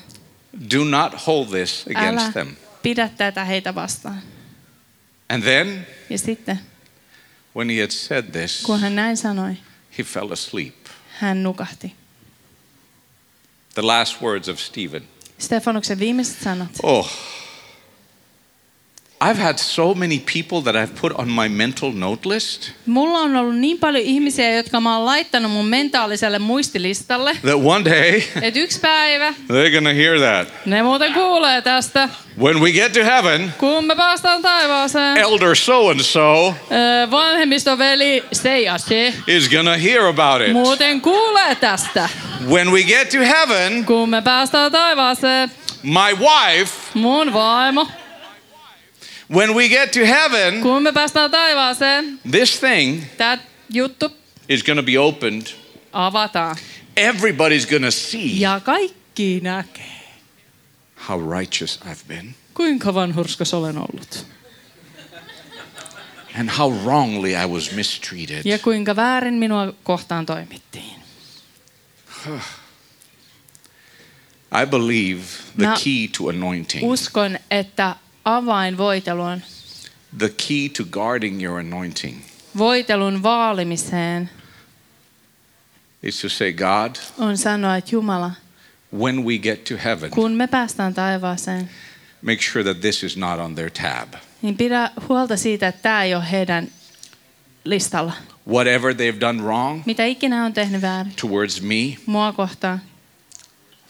Speaker 2: do not hold this
Speaker 3: älä
Speaker 2: against them.
Speaker 3: pidä tätä heitä vastaan.
Speaker 2: And then,
Speaker 3: Ja sitten,
Speaker 2: when he had said this,
Speaker 3: kun hän näin sanoi,
Speaker 2: he fell asleep.
Speaker 3: hän nukahti.
Speaker 2: The last words of Stephen.
Speaker 3: Stefanuksen viimeiset sanat.
Speaker 2: Oh, I've had so many people that I've put on my mental note list
Speaker 3: Mulla on ollut niin paljon ihmisiä, jotka mä oon laittanut mun mentaaliselle muistilistalle,
Speaker 2: that one day
Speaker 3: että yksi päivä
Speaker 2: they're going to hear that.
Speaker 3: ne muuten kuulee tästä,
Speaker 2: When we get to heaven,
Speaker 3: kun me päästään taivaaseen.
Speaker 2: elder so and so
Speaker 3: Ö, Vanhemmistoveli se ja se
Speaker 2: is going to hear about it.
Speaker 3: muuten kuulee tästä,
Speaker 2: When we get to heaven,
Speaker 3: kun me päästään taivaaseen.
Speaker 2: my wife,
Speaker 3: Mun vaimo,
Speaker 2: when we get to heaven,
Speaker 3: kun me päästään taivaaseen,
Speaker 2: this thing
Speaker 3: tää juttu
Speaker 2: is going to be opened.
Speaker 3: avataan.
Speaker 2: Everybody's going to see
Speaker 3: Ja kaikki näkee,
Speaker 2: how righteous I've been
Speaker 3: kuinka vanhurskas olen ollut.
Speaker 2: and how wrongly I was mistreated.
Speaker 3: Ja kuinka väärin minua kohtaan toimittiin.
Speaker 2: I believe the
Speaker 3: Now-
Speaker 2: key to anointing,
Speaker 3: Uskon, että avain voiteluun,
Speaker 2: the key to guarding your anointing,
Speaker 3: voitelun vaalimiseen
Speaker 2: is to say, God,
Speaker 3: on sanoa, että Jumala,
Speaker 2: when we get to heaven,
Speaker 3: kun me päästään taivaaseen,
Speaker 2: make sure that this is not on their tab.
Speaker 3: niin pidä huolta siitä, että tämä ei ole heidän listalla.
Speaker 2: Whatever they've done wrong
Speaker 3: Mitä ikinä on tehnyt väärin
Speaker 2: towards me,
Speaker 3: mua kohtaan,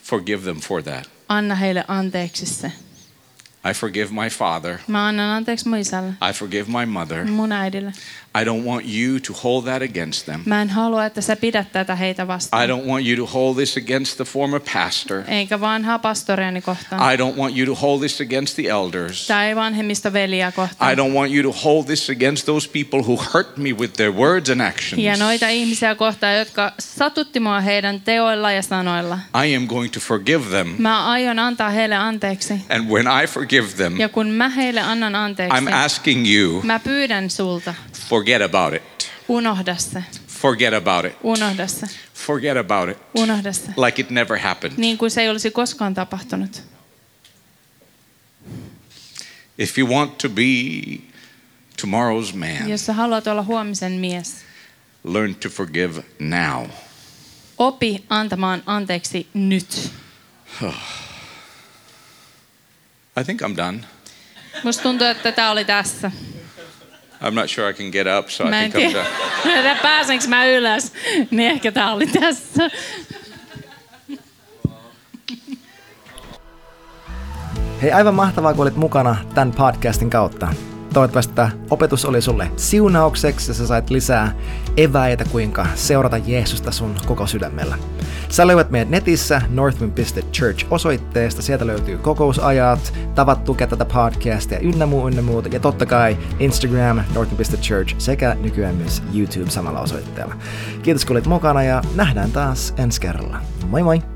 Speaker 2: forgive them for that.
Speaker 3: anna heille anteeksi se.
Speaker 2: I forgive my father.
Speaker 3: Mä annan anteeksi mun isälle,
Speaker 2: I forgive my mother.
Speaker 3: mun äidille.
Speaker 2: I don't want you to hold that against them.
Speaker 3: Mä en halua, että sä pidät tätä heitä
Speaker 2: I
Speaker 3: vastaan.
Speaker 2: don't want you to hold this against the former pastor.
Speaker 3: Eikä vanhaa pastoriani kohtaan.
Speaker 2: I don't want you to hold this against the elders.
Speaker 3: Tai vanhemmista veliä
Speaker 2: I
Speaker 3: kohtaan.
Speaker 2: don't want you to hold this against those people who hurt me with their words and actions.
Speaker 3: Ja noita ihmisiä kohtaan, jotka satutti mua heidän teoilla ja sanoilla.
Speaker 2: I am going to forgive them.
Speaker 3: Mä aion antaa heille anteeksi.
Speaker 2: And when I forgive them,
Speaker 3: Ja kun mä heille annan anteeksi,
Speaker 2: I'm asking you,
Speaker 3: mä pyydän sulta,
Speaker 2: forget about it.
Speaker 3: unohda se.
Speaker 2: Forget about it.
Speaker 3: Unohda se.
Speaker 2: Forget about it.
Speaker 3: Unohda se.
Speaker 2: Like it never happened.
Speaker 3: Niin kuin se ei olisi koskaan tapahtunut.
Speaker 2: If you want to be tomorrow's man,
Speaker 3: Jos sä haluat olla huomisen mies,
Speaker 2: learn to forgive now.
Speaker 3: opi antamaan anteeksi nyt.
Speaker 2: I think I'm done.
Speaker 3: Musta tuntuu, että tämä oli tässä.
Speaker 2: I'm not sure I can get up, so
Speaker 3: Mä
Speaker 2: I
Speaker 3: en
Speaker 2: think I'm
Speaker 3: tiedä,
Speaker 2: done.
Speaker 3: pääsenkö mä ylös, niin ehkä tämä oli tässä.
Speaker 4: Hei, aivan mahtavaa, kun olit mukana tämän podcastin kautta. Toivottavasti tämä opetus oli sulle siunaukseksi ja sä sait lisää eväitä, kuinka seurata Jeesusta sun koko sydämellä. Sä löydät meidät netissä northwind.church osoitteesta. Sieltä löytyy kokousajat, tavat tukea tätä podcastia ynnä muu, ynnä muuta. Ja totta kai Instagram, northwind.church sekä nykyään myös YouTube samalla osoitteella. Kiitos kun olit mukana ja nähdään taas ensi kerralla. Moi moi!